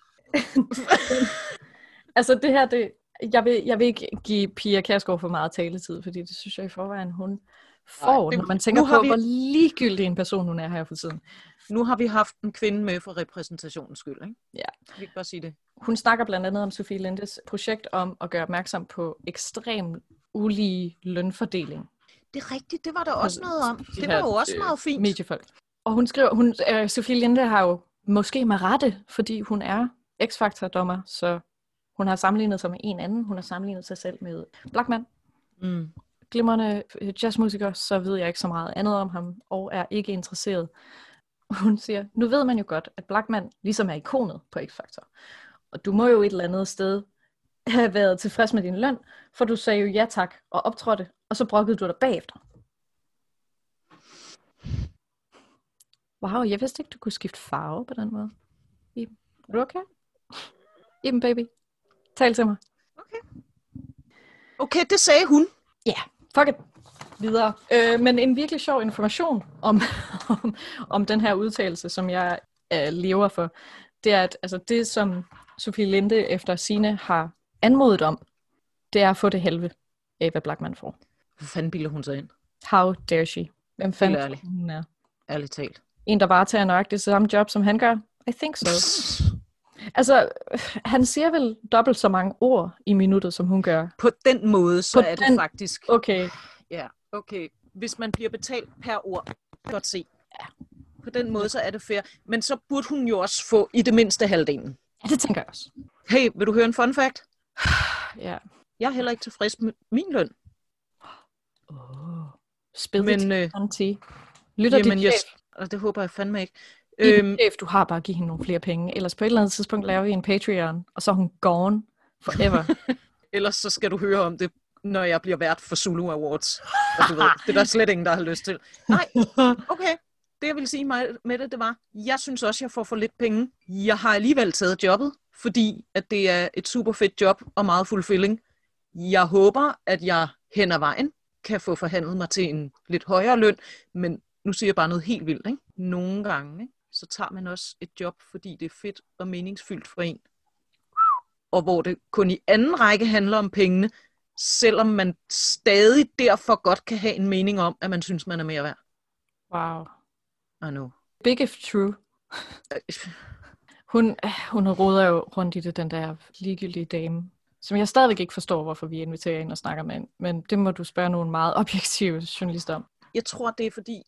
Speaker 2: altså det her, det, jeg, vil, jeg vil ikke give Pia Kærsgaard for meget taletid, fordi det synes jeg i forvejen, hun får,
Speaker 1: Nej, det-
Speaker 2: når man tænker
Speaker 1: nu har
Speaker 2: på,
Speaker 1: vi-
Speaker 2: vi... hvor ligegyldig en person hun er her for tiden.
Speaker 1: Nu har vi haft en kvinde med for repræsentationens skyld, ikke?
Speaker 2: Ja.
Speaker 1: Vi kan bare sige det.
Speaker 2: Hun snakker blandt andet om Sofie Lindes projekt om at gøre opmærksom på ekstrem ulige lønfordeling
Speaker 1: Det er rigtigt, det var der også noget om.
Speaker 2: de
Speaker 1: Det var
Speaker 2: her,
Speaker 1: jo også
Speaker 2: øh,
Speaker 1: meget fint.
Speaker 2: mediefolk. Og hun skriver, hun, øh, Sofie Linde har jo måske med rette, fordi hun er X-Factor-dommer, så hun har sammenlignet sig med en anden. Hun har sammenlignet sig selv med Blackman,
Speaker 1: Mm.
Speaker 2: glimrende øh, jazzmusiker, så ved jeg ikke så meget andet om ham, og er ikke interesseret. Hun siger, nu ved man jo godt, at Blackman ligesom er ikonet på X-Factor. Og du må jo et eller andet sted have været tilfreds med din løn, for du sagde jo ja tak og optrådte, og så brokkede du dig bagefter. Wow, jeg vidste ikke, du kunne skifte farve på den måde. Iben, er du okay? Iben, baby, tal til mig.
Speaker 1: Okay, det sagde hun.
Speaker 2: Ja, yeah, fuck it. Videre. Øh, men en virkelig sjov information om, om, om den her udtalelse, som jeg øh, lever for, det er, at altså, det, som Sofie Linde efter sine har anmodet om, det er at få det halve af, hvad Blackman får.
Speaker 1: Hvor fanden bilder hun sig ind?
Speaker 2: How dare she? Hvem
Speaker 1: Helt ærligt.
Speaker 2: fandt hun er?
Speaker 1: Ærligt talt.
Speaker 2: En, der varetager nøjagtigt samme job, som han gør? I think so. Altså, han siger vel dobbelt så mange ord i minuttet, som hun gør.
Speaker 1: På den måde, så
Speaker 2: På
Speaker 1: er det
Speaker 2: den-
Speaker 1: faktisk...
Speaker 2: Okay,
Speaker 1: Ja, okay. Hvis man bliver betalt per ord, kan jeg godt se. På den måde, så er det fair. Men så burde hun jo også få i det mindste halvdelen.
Speaker 2: ja, det tænker jeg også.
Speaker 1: Hey, vil du høre en fun fact?
Speaker 2: Ja.
Speaker 1: Jeg er heller ikke tilfreds med min løn.
Speaker 2: Oh. Spid
Speaker 1: Men, øh,
Speaker 2: Auntie. Lytter Jamen, dit
Speaker 1: jeg,
Speaker 2: chef,
Speaker 1: og det håber jeg fandme ikke.
Speaker 2: øhm,
Speaker 1: Øhm,
Speaker 2: chef, du har bare at give hende nogle flere penge. Ellers på et eller andet tidspunkt laver vi en Patreon, og så er hun gone forever.
Speaker 1: ellers så skal du høre om det, når jeg bliver vært for Zulu Awards. Og du ved, det er der slet ingen, der har lyst til. Nej, okay. Det, jeg ville sige mig- med det, det var, jeg synes også, jeg får for lidt penge. Jeg har alligevel taget jobbet, fordi at det er et super fedt job og meget fulfilling. Jeg håber, at jeg hen ad vejen kan få forhandlet mig til en lidt højere løn, men nu siger jeg bare noget helt vildt. Ikke? Nogle gange, ikke? så tager man også et job, fordi det er fedt og meningsfyldt for en. Og hvor det kun i anden række handler om pengene, selvom man stadig derfor godt kan have en mening om, at man synes, man er mere værd.
Speaker 2: wow.
Speaker 1: I know.
Speaker 2: Big if true. Hun, øh, hun roder jo rundt i det, den der ligegyldige dame, som jeg stadigvæk ikke forstår, hvorfor vi inviterer ind og snakker med. hende. Men det må du spørge nogle meget objektive journalister om.
Speaker 1: Jeg tror, det er fordi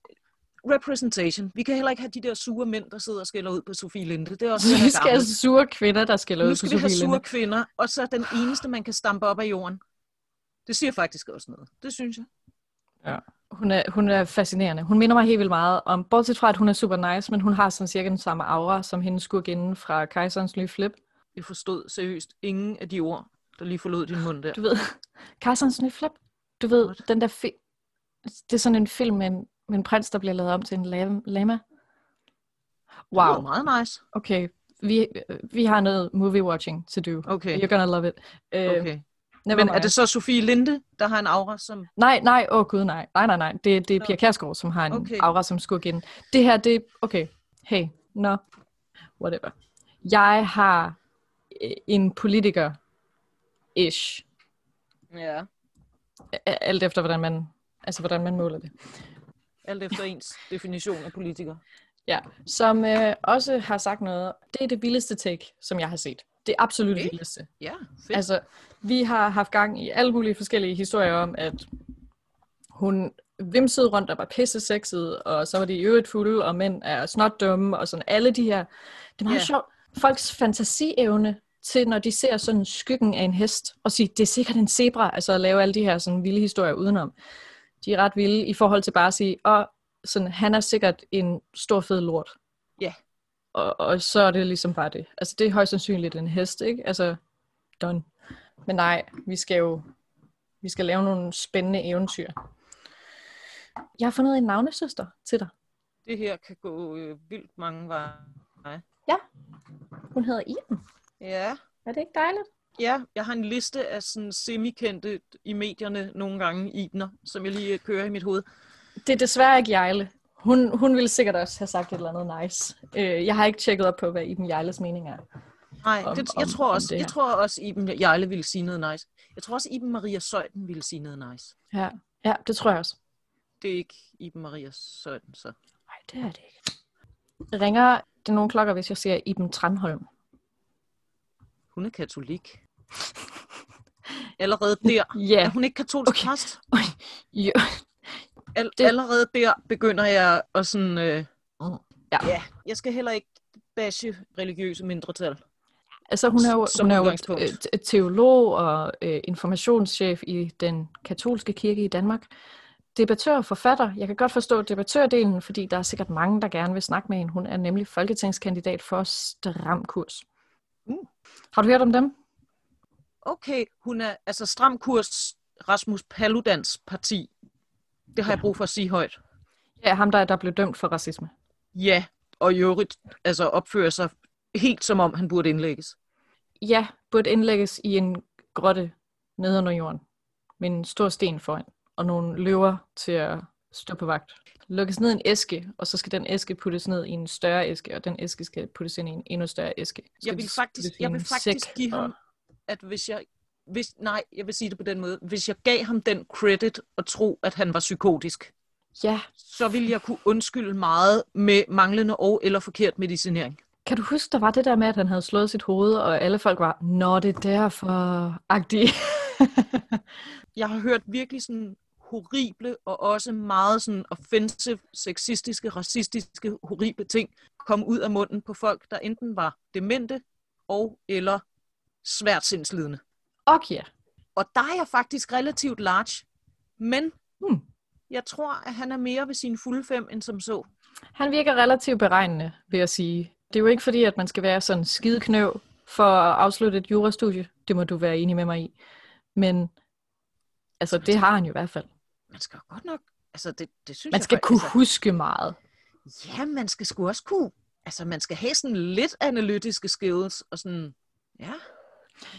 Speaker 1: representation. Vi kan heller ikke have de der sure mænd, der sidder og skælder ud på Sofie Linde. Det er også
Speaker 2: Vi
Speaker 1: det,
Speaker 2: skal have sure kvinder, der skal lave
Speaker 1: Nu skal vi have sure kvinder, og så er den eneste, man kan stampe op af jorden. Det siger faktisk også noget. Det synes jeg.
Speaker 2: Hun er, hun er fascinerende. Hun minder mig helt vildt meget om, bortset fra, at hun er super nice, men hun har sådan cirka den samme aura, som hendes skurkinde fra Kejserens nye flip.
Speaker 1: Jeg forstod seriøst ingen af de ord, der lige forlod din mund der.
Speaker 2: Du ved, Kejserens nye flip. Du ved,
Speaker 1: What?
Speaker 2: den der film. Det er sådan en film med en, med en prins, der bliver lavet om til en lam- lama.
Speaker 1: Det var
Speaker 2: Wow,
Speaker 1: meget nice.
Speaker 2: okay. Vi, vi har noget movie watching to do.
Speaker 1: Okay,
Speaker 2: You're gonna love it. Uh,
Speaker 1: okay. Men er øh, det så Sofie Linde, der har en aura, som...
Speaker 2: Nej, nej, åh oh, gud nej. Nej, nej, nej. Det, det er
Speaker 1: Nå.
Speaker 2: Pia Kærsgaard, som har en
Speaker 1: Okay.
Speaker 2: okay. aura som skurken. Det her, det Okay, hey, no, whatever. Jeg har øh, en politiker-ish,
Speaker 1: Ja.
Speaker 2: a- alt efter, hvordan man, altså, hvordan man måler det.
Speaker 1: Alt efter ens definition af politiker.
Speaker 2: Ja, som øh, også har sagt noget. Det er det vildeste take, som jeg har set. Det absolut
Speaker 1: Okay.
Speaker 2: okay. vildeste.
Speaker 1: Ja, fedt.
Speaker 2: Altså, vi har haft gang i alle mulige forskellige historier om, at hun vimsede rundt og var pisse sexet, og så var de i øvrigt fulde, og mænd er snot dumme, og sådan alle de her. Det er meget
Speaker 1: Ja.
Speaker 2: yeah. sjovt. Folks fantasievne til, når de ser sådan skyggen af en hest, og sige, det er sikkert en zebra, altså at lave alle de her sådan vilde historier udenom. De er ret vilde i forhold til bare at sige, og sådan, han er sikkert en stor fed lort.
Speaker 1: Ja.
Speaker 2: Og, og så er det ligesom bare det. Altså, det er højst sandsynligt en hest, ikke? Altså, done. Men nej, vi skal jo vi skal lave nogle spændende eventyr. Jeg har fundet en navnesøster til dig.
Speaker 1: Det her kan gå øh, vildt mange veje.
Speaker 3: Hun hedder Iben.
Speaker 1: Ja.
Speaker 3: Er det ikke dejligt?
Speaker 1: Ja, jeg har en liste af sådan semikendte i medierne nogle gange, Ibner, som jeg lige øh, kører i mit hoved.
Speaker 2: Det er desværre ikke Jejle. Hun, hun ville sikkert også have sagt et eller andet nice. Øh, jeg har ikke tjekket op på, hvad Iben Jejles mening er.
Speaker 1: Nej,
Speaker 2: Om-
Speaker 1: det,
Speaker 2: om-
Speaker 1: jeg, tror
Speaker 2: om
Speaker 1: også,
Speaker 2: det
Speaker 1: jeg
Speaker 2: her.
Speaker 1: tror også, Iben Jejle ville sige noget nice. Jeg tror også, Iben Maria Søjden ville sige noget nice.
Speaker 2: Ja, ja det tror jeg også.
Speaker 1: Det er ikke Iben Maria Søjden, så.
Speaker 2: Nej, det er det ikke. Ringer det nogle klokker, hvis jeg siger Iben Tranholm?
Speaker 1: Hun er katolik. Allerede der.
Speaker 2: Ja.
Speaker 1: Er hun ikke katolsk
Speaker 2: Okay.
Speaker 1: okay. præst?
Speaker 2: Jo.
Speaker 1: Al-
Speaker 2: Det-
Speaker 1: det... Allerede der begynder jeg at sådan... Øh...
Speaker 2: Ja.
Speaker 1: ja. Jeg skal heller ikke bashe religiøse mindretal.
Speaker 2: Altså, hun er jo,
Speaker 1: Som
Speaker 2: hun er jo
Speaker 1: udgangspunkt.
Speaker 2: øh, te- teolog og øh, informationschef i den katolske kirke i Danmark. Debattør og forfatter. Jeg kan godt forstå debattørdelen, fordi der er sikkert mange, der gerne vil snakke med hende. Hun er nemlig folketingskandidat for Stram Kurs.
Speaker 1: Uh.
Speaker 2: Har du hørt om dem?
Speaker 1: Okay, hun er altså stram kurs Rasmus Paludans parti. Det har ja. jeg brug for at sige højt.
Speaker 2: Ja, ham der, der blev dømt for racisme.
Speaker 1: Ja, og i øvrigt altså opfører sig helt som om, han burde indlægges.
Speaker 2: Ja, burde indlægges i en grotte nede under jorden. Med en stor sten foran. Og nogle løver til at stå på vagt. Lukkes ned i en æske, og så skal den æske puttes ned i en større æske, og den æske skal puttes ind i en endnu større æske. Så
Speaker 1: Jeg
Speaker 2: skal
Speaker 1: vil
Speaker 2: det
Speaker 1: faktisk,
Speaker 2: puttes i
Speaker 1: jeg
Speaker 2: en
Speaker 1: vil faktisk
Speaker 2: sæk,
Speaker 1: give
Speaker 2: og-
Speaker 1: ham, at hvis jeg... Hvis, nej, jeg vil sige det på den måde. Hvis jeg gav ham den credit og tro, at han var psykotisk,
Speaker 2: Ja,
Speaker 1: så ville jeg kunne undskylde meget med manglende og eller forkert medicinering.
Speaker 2: kan du huske, der var det der med, at han havde slået sit hoved, og alle folk var, Nå, det er derfor-agtige.
Speaker 1: jeg har hørt virkelig sådan horrible og også meget sådan offensive, sexistiske, racistiske, horrible ting komme ud af munden på folk, der enten var demente og eller svært sindslidende.
Speaker 2: okay, ja.
Speaker 1: Og der er jeg faktisk relativt large, men
Speaker 2: Hmm.
Speaker 1: jeg tror, at han er mere ved sine fulde fem, end som så.
Speaker 2: Han virker relativt beregnende, vil jeg sige. Det er jo ikke fordi, at man skal være sådan skideknøv for at afslutte et jurastudie. Det må du være enig med mig i. Men altså, det har han jo i hvert fald.
Speaker 1: Man skal jo godt nok, altså det, det synes
Speaker 2: Man
Speaker 1: jeg
Speaker 2: skal
Speaker 1: faktisk-
Speaker 2: kunne huske meget.
Speaker 1: altså, Ja, man skal sgu også kunne, altså man skal have sådan lidt analytiske skills, og sådan, ja.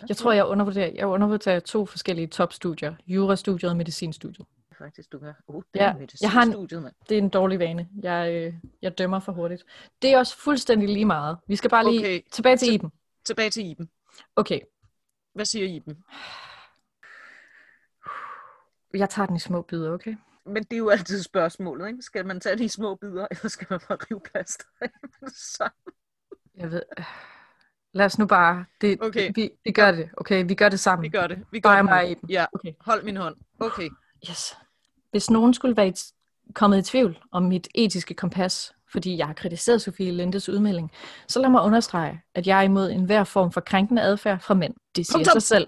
Speaker 2: Jeg tror, jeg undervurderer, jeg undervurderer to forskellige topstudier. Jurastudiet og medicinstudiet.
Speaker 1: Faktisk, du gør. Oh,
Speaker 2: Ja,
Speaker 1: ja,
Speaker 2: jeg har en-
Speaker 1: studiet, mand.
Speaker 2: Det er en dårlig vane. Jeg, øh, jeg dømmer for hurtigt. Det er også fuldstændig lige meget. Vi skal bare lige okay.
Speaker 1: Okay.
Speaker 2: tilbage til
Speaker 1: Så-
Speaker 2: Iben.
Speaker 1: Tilbage til Iben.
Speaker 2: Okay,
Speaker 1: Hvad siger Iben?
Speaker 2: jeg tager den i små bidder, okay?
Speaker 1: Men det er jo altid spørgsmålet, ikke? Skal man tage de små bidder, eller skal man bare rive plaster af med det samme?
Speaker 2: Jeg ved... Lad os nu bare... Det,
Speaker 1: Okay.
Speaker 2: vi, vi gør det, okay? Vi gør det sammen.
Speaker 1: Vi gør det. Vi gør
Speaker 2: Bare
Speaker 1: det.
Speaker 2: mig, Iben.
Speaker 1: Ja,
Speaker 2: Okay.
Speaker 1: hold min hånd. Okay.
Speaker 2: Yes. Hvis nogen skulle være i t- kommet i tvivl om mit etiske kompas, fordi jeg har kritiseret Sofie Lindes udmelding, så lad mig understrege, at jeg er imod enhver form for krænkende adfærd fra mænd. Det siger
Speaker 1: Punktum.
Speaker 2: sig selv.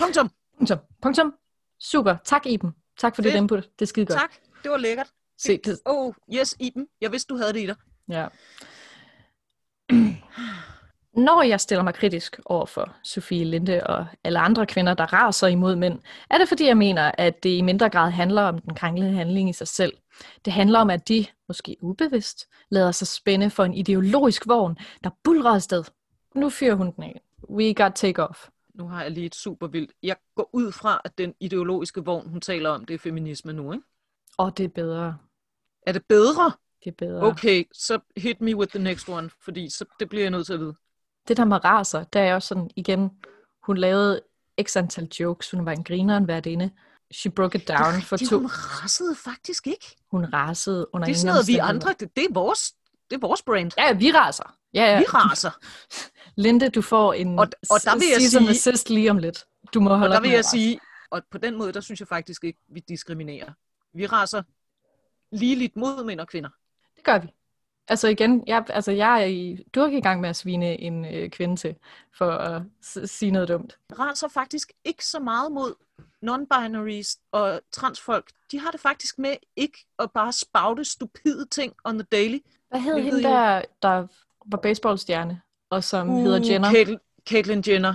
Speaker 1: Punktum.
Speaker 2: Punktum. Punktum. Super. Tak, Iben. Tak for det
Speaker 1: Fedt.
Speaker 2: input. Det er skide godt.
Speaker 1: Tak. Det var lækkert.
Speaker 2: Se, det,
Speaker 1: Oh, yes, Iben. Jeg vidste, du havde det i dig.
Speaker 2: Ja. Når jeg stiller mig kritisk over for Sofie Linde og alle andre kvinder, der raser imod mænd, er det fordi, jeg mener, at det i mindre grad handler om den krænkende handling i sig selv. Det handler om, at de, måske ubevidst, lader sig spænde for en ideologisk vogn, der bulrer afsted. Nu fyrer hun den af. We got take off.
Speaker 1: Nu har jeg lige et super vildt. Jeg går ud fra, at den ideologiske vogn, hun taler om, det er feminisme nu, ikke?
Speaker 2: Og det er bedre.
Speaker 1: Er det bedre?
Speaker 2: Det er bedre.
Speaker 1: Okay, så hit me with the next one, fordi så, det bliver jeg nødt til at vide.
Speaker 2: det der med raser, der er også sådan, igen, hun lavede x antal jokes, hun var en griner en værtinde. She broke it down for
Speaker 1: Det
Speaker 2: to.
Speaker 1: hun rasede faktisk ikke.
Speaker 2: Hun rasede under
Speaker 1: Det er
Speaker 2: ingen
Speaker 1: sådan noget, vi
Speaker 2: omstændigheder.
Speaker 1: andre, det, det, er vores, det er vores brand.
Speaker 2: Ja, ja, vi raser. Ja, ja.
Speaker 1: Vi raser.
Speaker 2: Linde, du får en
Speaker 1: Og- og der vil jeg
Speaker 2: season
Speaker 1: sige-
Speaker 2: assist lige om lidt. Du må holde
Speaker 1: Og der
Speaker 2: op
Speaker 1: vil
Speaker 2: med
Speaker 1: jeg
Speaker 2: at rase.
Speaker 1: sige, og på den måde, der synes jeg faktisk ikke, vi diskriminerer. Vi raser ligeligt mod mænd og kvinder.
Speaker 2: Det gør vi. Altså igen, jeg, altså jeg er i durke i gang med at svine en øh, kvinde til, for at s- sige noget dumt.
Speaker 1: Vi raser faktisk ikke så meget mod non-binaries og transfolk. De har det faktisk med ikke at bare spagte stupide ting on the daily.
Speaker 2: Hvad hed
Speaker 1: Det
Speaker 2: hende
Speaker 1: ved
Speaker 2: der, der var baseballstjerne, og som uh, hedder Jenner?
Speaker 1: Caitlyn- Caitlyn Jenner.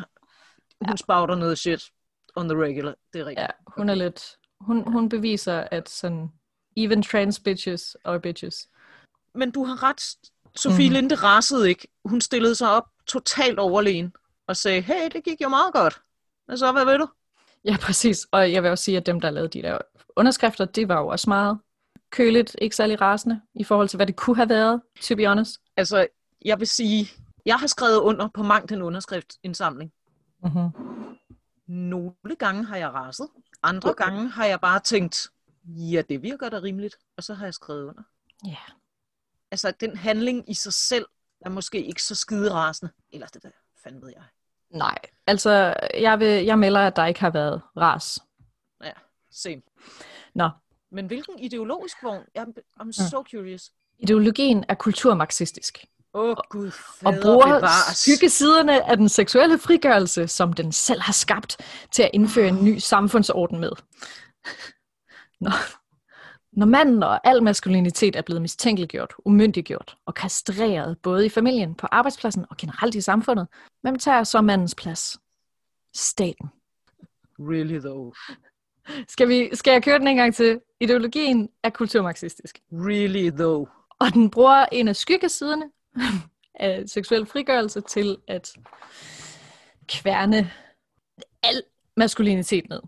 Speaker 1: Hun ja. spagter noget shit on the regular. Det er rigtigt.
Speaker 2: Ja, hun er lidt... Hun, hun beviser, at sådan... Even trans bitches are bitches.
Speaker 1: men du har ret. Sofie
Speaker 2: Mhm.
Speaker 1: mm. Linde rasede ikke. Hun stillede sig op totalt overlegen og sagde, hey, det gik jo meget godt. Og så, hvad ved du?
Speaker 2: Ja, præcis. Og jeg vil også sige, at dem, der lavede de der underskrifter, det var jo også meget køligt, ikke særlig rasende, i forhold til, hvad det kunne have været, to be honest.
Speaker 1: Altså, jeg vil sige, jeg har skrevet under på mangt den underskriftindsamling.
Speaker 2: Mm-hmm.
Speaker 1: Nogle gange har jeg raset. Andre gange har jeg bare tænkt, ja, det virker da rimeligt. Og så har jeg skrevet under.
Speaker 2: Ja.
Speaker 1: Altså, den handling i sig selv er måske ikke så skide rasende. Eller det der, fanden ved jeg.
Speaker 2: Nej, altså, jeg, vil, jeg melder, at der ikke har været ras.
Speaker 1: Same.
Speaker 2: Nå,
Speaker 1: Men hvilken ideologisk vogn? I'm, I'm so curious.
Speaker 2: ideologien er kulturmarxistisk,
Speaker 1: Åh, oh, gud
Speaker 2: og
Speaker 1: fader
Speaker 2: bruger
Speaker 1: bevares.
Speaker 2: skyggesiderne af den seksuelle frigørelse, som den selv har skabt, til at indføre en ny samfundsorden med. Når, når manden og al maskulinitet er blevet mistænkeliggjort, umyndiggjort og kastreret, både i familien, på arbejdspladsen og generelt i samfundet, hvem tager så mandens plads? Staten.
Speaker 1: Really though.
Speaker 2: Skal, vi, skal jeg køre den en gang til? Ideologien er kulturmarxistisk.
Speaker 1: Really though.
Speaker 2: Og den bruger en af skyggesiderne af seksuel frigørelse til at kværne al maskulinitet ned.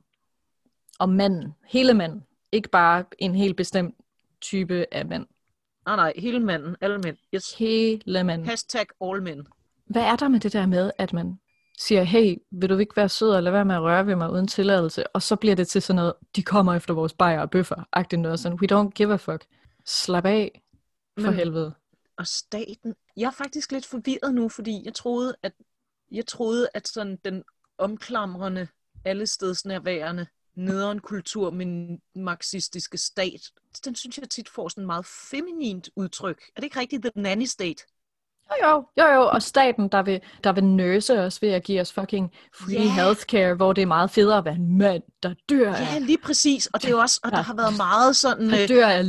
Speaker 2: Og manden, hele manden, ikke bare en helt bestemt type af mand.
Speaker 1: Nej, nej, hele manden, alle mænd. Yes.
Speaker 2: Hele manden.
Speaker 1: Hashtag all men.
Speaker 2: Hvad er der med det der med, at man siger, hey, vil du ikke være sød og lade være med at røre ved mig uden tilladelse? Og så bliver det til sådan noget, de kommer efter vores bajer og bøffer, agtigt noget sådan, we don't give a fuck. Slap af, for
Speaker 1: Men-
Speaker 2: helvede.
Speaker 1: Og staten. Jeg er faktisk lidt forvirret nu, fordi jeg troede, at, jeg troede, at sådan den omklamrende, allestedsnærværende, nederen kultur, min marxistiske stat, den synes jeg tit får sådan meget feminint udtryk. Er det ikke rigtigt, the nanny state?
Speaker 2: Jo, jo, jo, jo, og staten, der vil, der vil nurse os ved at give os fucking free
Speaker 1: Ja.
Speaker 2: yeah. healthcare, hvor det er meget federe at være en mand, der dør
Speaker 1: Ja,
Speaker 2: af,
Speaker 1: lige præcis. Og det er jo også, og der
Speaker 2: Ja.
Speaker 1: har været meget sådan...
Speaker 2: der
Speaker 1: øh,
Speaker 2: dør af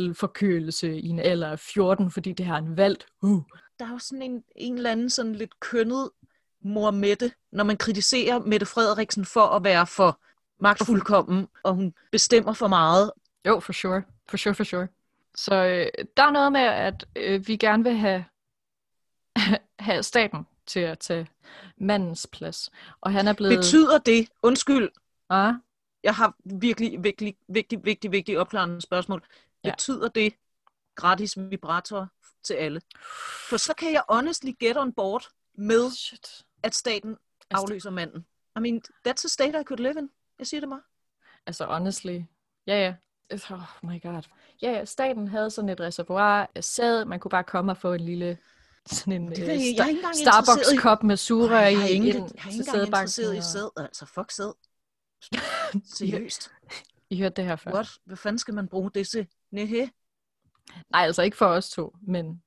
Speaker 2: lymfekirtelforkølelse i en alder af 14, fordi det har en valgt. Uh.
Speaker 1: der er jo sådan en, en eller anden sådan lidt kønnet mor Mette, når man kritiserer Mette Frederiksen for at være for magtfuldkommen, og hun bestemmer for meget.
Speaker 2: Jo, for sure, for sure, for sure. Så øh, der er noget med, at øh, vi gerne vil have, have staten til at tage mandens plads. Og han er blevet...
Speaker 1: Betyder det, undskyld,
Speaker 2: ah,
Speaker 1: jeg har virkelig, virkelig, vigtig, vigtig, vigtig opklarende spørgsmål.
Speaker 2: Ja.
Speaker 1: Betyder det gratis vibrator til alle? For så kan jeg honestly get on board med,
Speaker 2: shit.
Speaker 1: at staten
Speaker 2: Altså-
Speaker 1: afløser manden. I mean, that's a state I could live in. Jeg siger det mig.
Speaker 2: Altså honestly. Ja, ja. Oh my god. Ja, ja, staten havde sådan et reservoir af sæd. Man kunne bare komme og få en lille sådan en
Speaker 1: Det
Speaker 2: øh,
Speaker 1: ved jeg- jeg er
Speaker 2: sta-
Speaker 1: ikke engang interesseret i-
Speaker 2: Starbucks-kop med sugerør i.
Speaker 1: jeg har ikke,
Speaker 2: ind
Speaker 1: jeg har
Speaker 2: til
Speaker 1: ikke engang
Speaker 2: sædbanken,
Speaker 1: interesseret i
Speaker 2: og-
Speaker 1: sæd. Altså, fuck sæd. Seriøst.
Speaker 2: I hørte det her før.
Speaker 1: What? Hvad fanden skal man bruge det til? Næhe.
Speaker 2: Nej, altså ikke for os to, men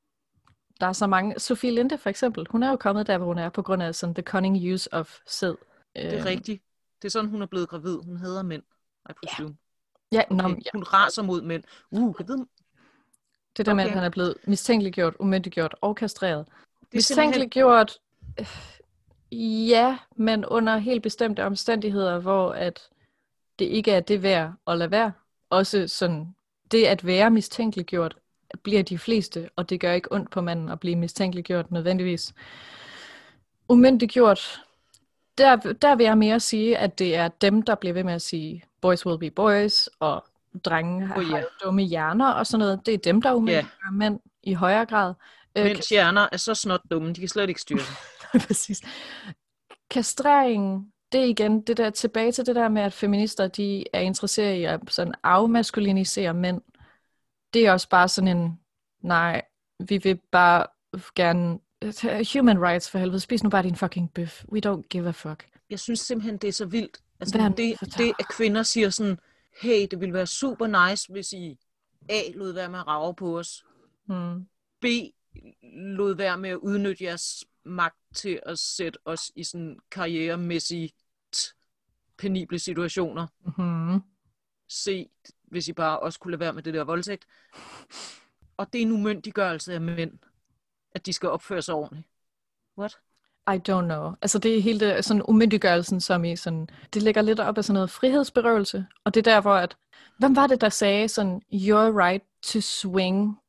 Speaker 2: der er så mange. Sofie Linde for eksempel, hun er jo kommet der, hvor hun er, på grund af sådan the cunning use of sæd.
Speaker 1: Det
Speaker 2: Øh.
Speaker 1: er rigtigt. Det er sådan, hun er blevet gravid. Hun hader mænd. I presume.
Speaker 2: Ja, nå,
Speaker 1: Okay.
Speaker 2: men ja,
Speaker 1: Hun raser mod mænd. Uh, jeg ved, det
Speaker 2: det der med,
Speaker 1: Okay.
Speaker 2: at han er blevet mistænkeliggjort, umyndiggjort og kastreret.
Speaker 1: er simpelthen...
Speaker 2: Mistænkeliggjort, øh, ja, men under helt bestemte omstændigheder, hvor at det ikke er det værd at lade være. Også sådan, det at være mistænkeliggjort, bliver de fleste, og det gør ikke ondt på manden at blive mistænkeliggjort nødvendigvis. Umyndiggjort, der, der vil jeg mere sige, at det er dem, der bliver ved med at sige, boys will be boys, og drenge har,
Speaker 1: Oh, ja.
Speaker 2: har jo dumme hjerner og sådan noget. Det er dem, der umyndiggør yeah. mænd i højere grad. Øh,
Speaker 1: Mænd hjerner er så snot dumme. De kan slet ikke styre sig.
Speaker 2: Præcis. Kastreringen, det er igen det der, tilbage til det der med, at feminister de er interesseret i at sådan afmaskulinisere mænd. Det er også bare sådan en, nej, vi vil bare gerne, human rights for helvede, spis nu bare din fucking bøf. We don't give a fuck.
Speaker 1: Jeg synes simpelthen, det er så vildt.
Speaker 2: Hvad er
Speaker 1: Altså,
Speaker 2: det
Speaker 1: det,
Speaker 2: for dig?
Speaker 1: det, at kvinder siger sådan, hey, det ville være super nice, hvis I A. lod være med at rave på os.
Speaker 2: Hmm.
Speaker 1: B lod være med at udnytte jeres magt til at sætte os i sådan karrieremæssigt penible situationer.
Speaker 2: Mm-hmm.
Speaker 1: C, hvis I bare også kunne lade være med det der voldtægt. Og det er en umyndiggørelse af mænd, at de skal opføre sig ordentligt. What?
Speaker 2: I don't know. Altså det er hele det, sådan umyndiggørelsen, som i sådan, det ligger lidt op af sådan noget frihedsberøvelse. Og det er der, hvor at, hvem var det, der sagde sådan, your right to swing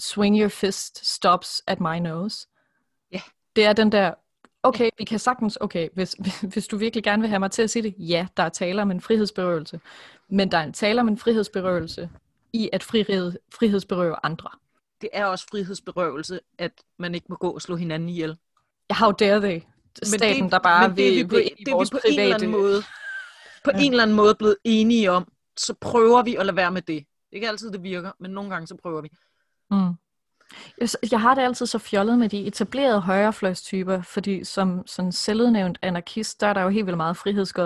Speaker 2: swing your fist stops at my nose.
Speaker 1: Ja.
Speaker 2: Det er den der, okay, vi kan sagtens, okay, hvis, hvis du virkelig gerne vil have mig til at sige det, ja, der er tale om en frihedsberøvelse, men der er en tale om en frihedsberøvelse i at frihed, frihedsberøve andre.
Speaker 1: Det er også frihedsberøvelse, at man ikke må gå og slå hinanden ihjel.
Speaker 2: Jeg har jo dæret staten,
Speaker 1: det,
Speaker 2: der bare
Speaker 1: men
Speaker 2: vil,
Speaker 1: det, er vi på,
Speaker 2: vil ind i
Speaker 1: det er vi
Speaker 2: vores
Speaker 1: på en
Speaker 2: private...
Speaker 1: eller anden måde, på en eller anden måde blevet enige om, så prøver vi at lade være med det. Det er ikke altid, det virker, men nogle gange så prøver vi.
Speaker 2: Mm. Jeg, s- jeg har det altid så fjollet med de etablerede højrefløjstyper, fordi som sådan selvudnævnt anarkist, der er der jo helt vildt meget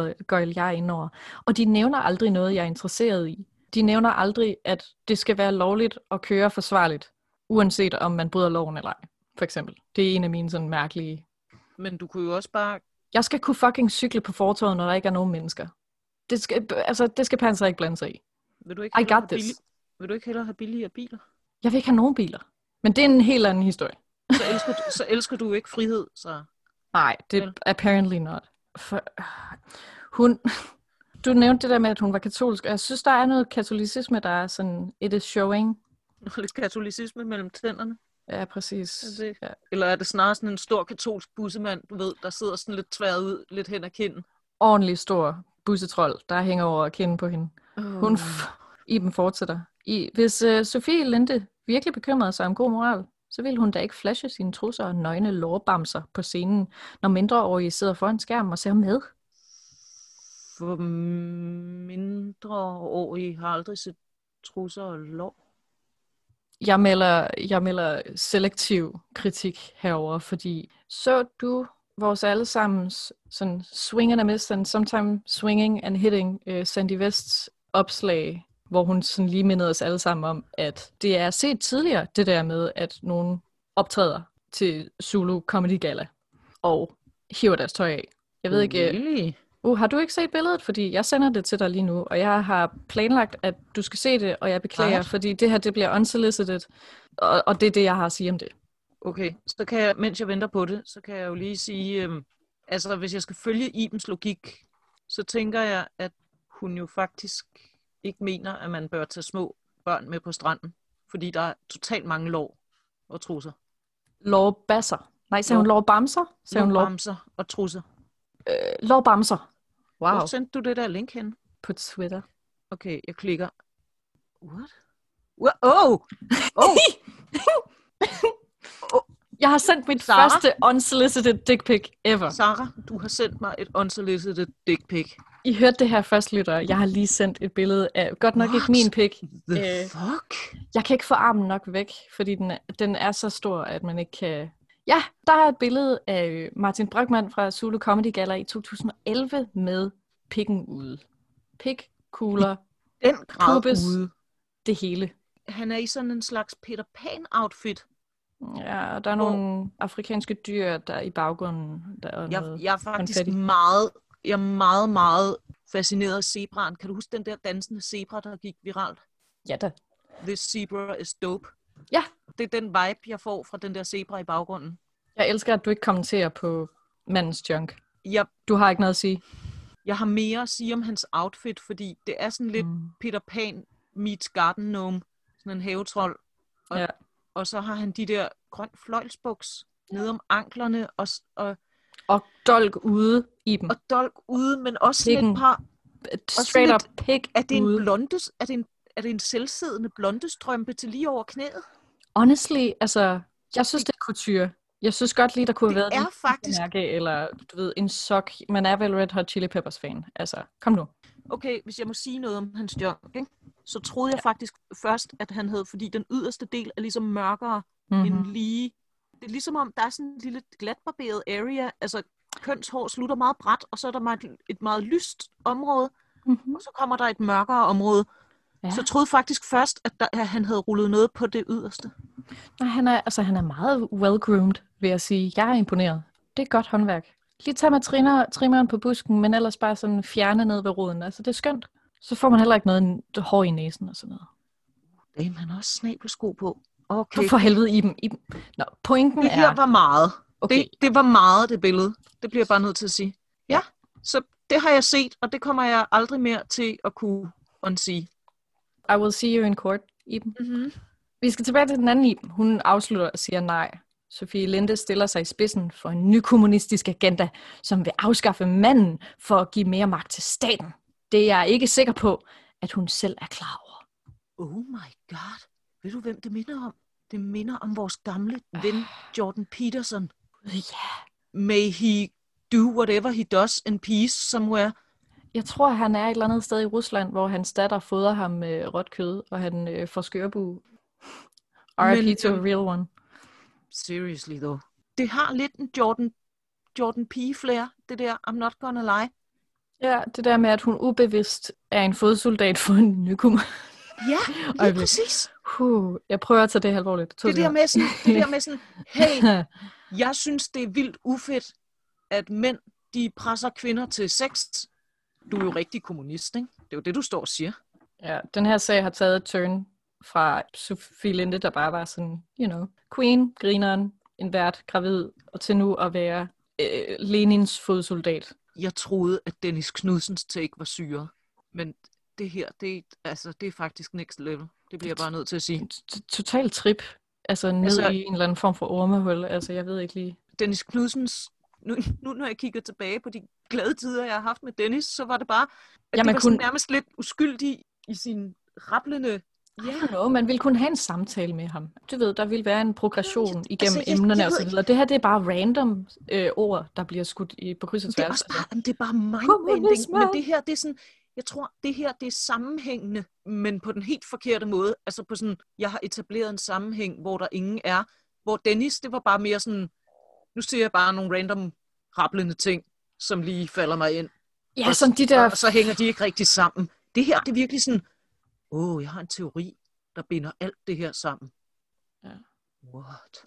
Speaker 2: frihedsgøjl, jeg er indover. Og de nævner aldrig noget, jeg er interesseret i. De nævner aldrig, at det skal være lovligt at køre forsvarligt, uanset om man bryder loven eller ej, for eksempel. Det er en af mine sådan mærkelige...
Speaker 1: Men du kunne jo også bare...
Speaker 2: Jeg skal kunne fucking cykle på fortovet, når der ikke er nogen mennesker. Det skal, altså, det skal panser ikke blande sig i.
Speaker 1: Vil du ikke
Speaker 2: I
Speaker 1: hellere
Speaker 2: got
Speaker 1: have
Speaker 2: this.
Speaker 1: billi- Vil du ikke hellere have billigere biler?
Speaker 2: Jeg vil ikke have nogen biler. Men det er en helt anden historie.
Speaker 1: Så elsker du, så elsker du ikke frihed, så...
Speaker 2: Nej, det er
Speaker 1: Vel?
Speaker 2: apparently not. For, øh, hun, du nævnte det der med, at hun var katolsk, og jeg synes, der er noget katolicisme, der er sådan, it is showing.
Speaker 1: Lidt katolicisme mellem tænderne.
Speaker 2: Ja, præcis.
Speaker 1: Er det-
Speaker 2: Ja.
Speaker 1: Eller er det snarere sådan en stor katolsk bussemand, du ved, der sidder sådan lidt tværet ud, lidt hen ad kinden?
Speaker 2: Ordentlig stor bussetrol, der hænger over og kende på hende. Hun, f-
Speaker 1: Mm.
Speaker 2: Iben fortsætter. I, hvis øh, Sofie Linde virkelig bekymrede sig om god moral, så ville hun da ikke flashe sine trusser og nøgne lårbamser på scenen, når mindreårige sidder foran skærmen og ser med.
Speaker 1: For mindre år, I har aldrig set trusser og lov.
Speaker 2: jeg melder, jeg melder selektiv kritik herover, fordi så du vores allesammens sådan swing and a miss, and sometimes swinging and hitting, uh, Sandy Vests opslag, hvor hun sådan lige mindede os alle sammen om, at det er set tidligere, det der med, at nogen optræder til Zulu Comedy Gala og hiver deres tøj af. Jeg
Speaker 1: Mm.
Speaker 2: ved ikke, øh,
Speaker 1: Really?
Speaker 2: uh, har du ikke set billedet? Fordi jeg sender det til dig lige nu, og jeg har planlagt, at du skal se det, og jeg beklager,
Speaker 1: Right.
Speaker 2: fordi det her det bliver unsolicited, og, og det er det, jeg har at sige om det.
Speaker 1: Okay, så kan jeg, mens jeg venter på det, så kan jeg jo lige sige, øhm, altså hvis jeg skal følge Ibens logik, så tænker jeg, at hun jo faktisk ikke mener, at man bør tage små børn med på stranden, fordi der er totalt mange lov og trusser.
Speaker 2: Lov basser. Nej, sagde
Speaker 1: Lov-
Speaker 2: hun lov bamser? Sagde hun lov,
Speaker 1: Lårbamser og trusser.
Speaker 2: øh, lov bamser. Wow.
Speaker 1: Hvor sendte du det der link hen?
Speaker 2: På Twitter.
Speaker 1: Okay, jeg klikker. What? What? Oh! Oh!
Speaker 2: Jeg har sendt mit
Speaker 1: Sarah?
Speaker 2: første unsolicited dick pic ever.
Speaker 1: Sarah, du har sendt mig et unsolicited dick pic.
Speaker 2: I hørte det her først, lyttere. Jeg har lige sendt et billede af, godt nok ikke
Speaker 1: What?
Speaker 2: min pic.
Speaker 1: The
Speaker 2: Øh.
Speaker 1: fuck?
Speaker 2: Jeg kan ikke få armen nok væk, fordi den, er- den er så stor, at man ikke kan... Ja, der er et billede af øh, Martin Brygman fra Zulu Comedy Gala i 2011 med pikken ude. Pik, kugler,
Speaker 1: Den grad
Speaker 2: Pubis.
Speaker 1: ude.
Speaker 2: det hele.
Speaker 1: Han er i sådan en slags Peter Pan-outfit.
Speaker 2: Ja, og der er nogle afrikanske dyr, der er i baggrunden. Der er
Speaker 1: Jeg,
Speaker 2: noget.
Speaker 1: jeg er faktisk
Speaker 2: konfetti.
Speaker 1: meget, jeg er meget, meget fascineret af zebraen. Kan du huske den der dansende zebra, der gik viralt?
Speaker 2: Ja da.
Speaker 1: This zebra is dope.
Speaker 2: Ja.
Speaker 1: Det er den vibe, jeg får fra den der zebra i baggrunden.
Speaker 2: Jeg elsker, at du ikke kommenterer på mandens junk.
Speaker 1: Jeg,
Speaker 2: Du har ikke noget at sige.
Speaker 1: jeg har mere at sige om hans outfit, fordi det er sådan lidt
Speaker 2: Mm.
Speaker 1: Peter Pan meets Garden Gnome. Sådan en havetrol. Og,
Speaker 2: Ja.
Speaker 1: og så har han de der grøn fløjlsbuks nede om anklerne og, s- og,
Speaker 2: Og dolk ude i dem.
Speaker 1: og dolk ude, men også sådan
Speaker 2: Pikken.
Speaker 1: et par
Speaker 2: Straight
Speaker 1: lidt-
Speaker 2: up pik
Speaker 1: Er det en
Speaker 2: ude.
Speaker 1: blondes, er det en, er det en selvsiddende blondestrømpe til lige over knæet?
Speaker 2: Honestly, altså, jeg synes, det er couture. Jeg synes godt lige, der kunne have
Speaker 1: Det
Speaker 2: været
Speaker 1: er faktisk...
Speaker 2: mærke, eller du ved, en sok. Man er vel Red Hot Chili Peppers fan. Altså, kom nu.
Speaker 1: Okay, hvis jeg må sige noget om hans junk, ikke? så troede jeg faktisk først, at han hed, fordi den yderste del er ligesom mørkere
Speaker 2: Mhm.
Speaker 1: mm-hmm. end lige. Det er ligesom om, der er sådan en lille glatbarberet area, altså kønshår slutter meget bræt, og så er der meget, et meget lyst område,
Speaker 2: Mm-hmm.
Speaker 1: og så kommer der et mørkere område.
Speaker 2: Ja.
Speaker 1: Ja. Så jeg troede faktisk først, at, der, at han havde rullet noget på det yderste.
Speaker 2: Nej, han er, altså, han er meget well-groomed, vil jeg sige. Jeg er imponeret. Det er godt håndværk. Lige tage med trimmer, trimmeren på busken, men ellers bare sådan fjerne ned ved roden. Altså, det er skønt. Så får man heller ikke noget hår i næsen og sådan noget.
Speaker 1: Damn, han har også snabelsko på.
Speaker 2: Okay.
Speaker 1: Okay,
Speaker 2: For helvede, Iben. Iben. Nå, pointen
Speaker 1: det her
Speaker 2: er...
Speaker 1: var meget.
Speaker 2: Okay,
Speaker 1: Okay. Det, det var meget det billede. Det bliver jeg bare nødt til at sige. Ja, så det har jeg set, og det kommer jeg aldrig mere til at kunne undsige.
Speaker 2: I will see you in court, Iben.
Speaker 1: Mm-hmm.
Speaker 2: Vi skal tilbage til den anden Iben. Hun afslutter og siger nej. Sofie Linde stiller sig i spidsen for en ny kommunistisk agenda, som vil afskaffe manden for at give mere magt til staten. Det er jeg ikke sikker på, at hun selv er klar over.
Speaker 1: Oh my god. Ved du, hvem det minder om? Det minder om vores gamle ven, Jordan Peterson.
Speaker 2: Gud, Ja.
Speaker 1: May he do whatever he does in peace somewhere.
Speaker 2: Jeg tror, han er et eller andet sted i Rusland, hvor hans datter fodrer ham med råt kød, og han øh, får skørbu.
Speaker 1: Men,
Speaker 2: R.I.P. to a
Speaker 1: øhm,
Speaker 2: real one.
Speaker 1: Seriously though. Det har lidt en Jordan, Jordan P-flair, det der I'm not gonna lie.
Speaker 2: Ja, det der med, at hun ubevidst er en fodsoldat for en nykum.
Speaker 1: Ja, lige
Speaker 2: Øjeblik.
Speaker 1: præcis.
Speaker 2: Uh, jeg prøver at tage det alvorligt. To
Speaker 1: Det der
Speaker 2: sekunder.
Speaker 1: med sådan, det der med sådan hey, Jeg synes, det er vildt ufedt, at mænd de presser kvinder til sex. Du er jo rigtig kommunist, ikke? Det er jo det, du står og siger.
Speaker 2: Ja, den her sag har taget et turn fra Sofie Linde, der bare var sådan, you know, queen, grineren, en vært, gravid, og til nu at være øh, Lenins fodsoldat.
Speaker 1: Jeg troede, at Dennis Knudsens take var syret. Men det her, det er, altså, det er faktisk next level. Det bliver jeg bare nødt til at sige.
Speaker 2: T- Total trip, altså ned
Speaker 1: Altså-
Speaker 2: altså, i en eller anden form for ormehul, altså jeg ved ikke lige.
Speaker 1: Dennis Knudsens... Nu, nu, når jeg kigger tilbage på de glade tider, jeg har haft med Dennis, så var det bare... At
Speaker 2: Ja,
Speaker 1: det
Speaker 2: man
Speaker 1: var sådan
Speaker 2: kunne-
Speaker 1: nærmest lidt uskyldig i sin rablende...
Speaker 2: Ja, know, man ville kunne have en samtale med ham. Du ved, der ville være en progression igennem
Speaker 1: jeg- jeg
Speaker 2: altså, emnerne
Speaker 1: ved
Speaker 2: og så
Speaker 1: ikke-
Speaker 2: videre. Det her, det er bare random øh, ord, der bliver skudt i, på kryds og
Speaker 1: Men Det er
Speaker 2: tværs.
Speaker 1: også
Speaker 2: altså.
Speaker 1: bare, jamen, det er bare mindbending,
Speaker 2: Kommunisme.
Speaker 1: men det her, det er sådan, jeg tror, det her, det er sammenhængende, men på den helt forkerte måde. Altså på sådan, jeg har etableret en sammenhæng, hvor der ingen er. Hvor Dennis, det var bare mere sådan, nu ser jeg bare nogle random rablende ting, som lige falder mig ind.
Speaker 2: ja, sådan de der
Speaker 1: Og så hænger de ikke rigtig sammen. Det her, det er virkelig sådan, åh, oh, jeg har en teori, der binder alt det her sammen.
Speaker 2: Ja.
Speaker 1: What?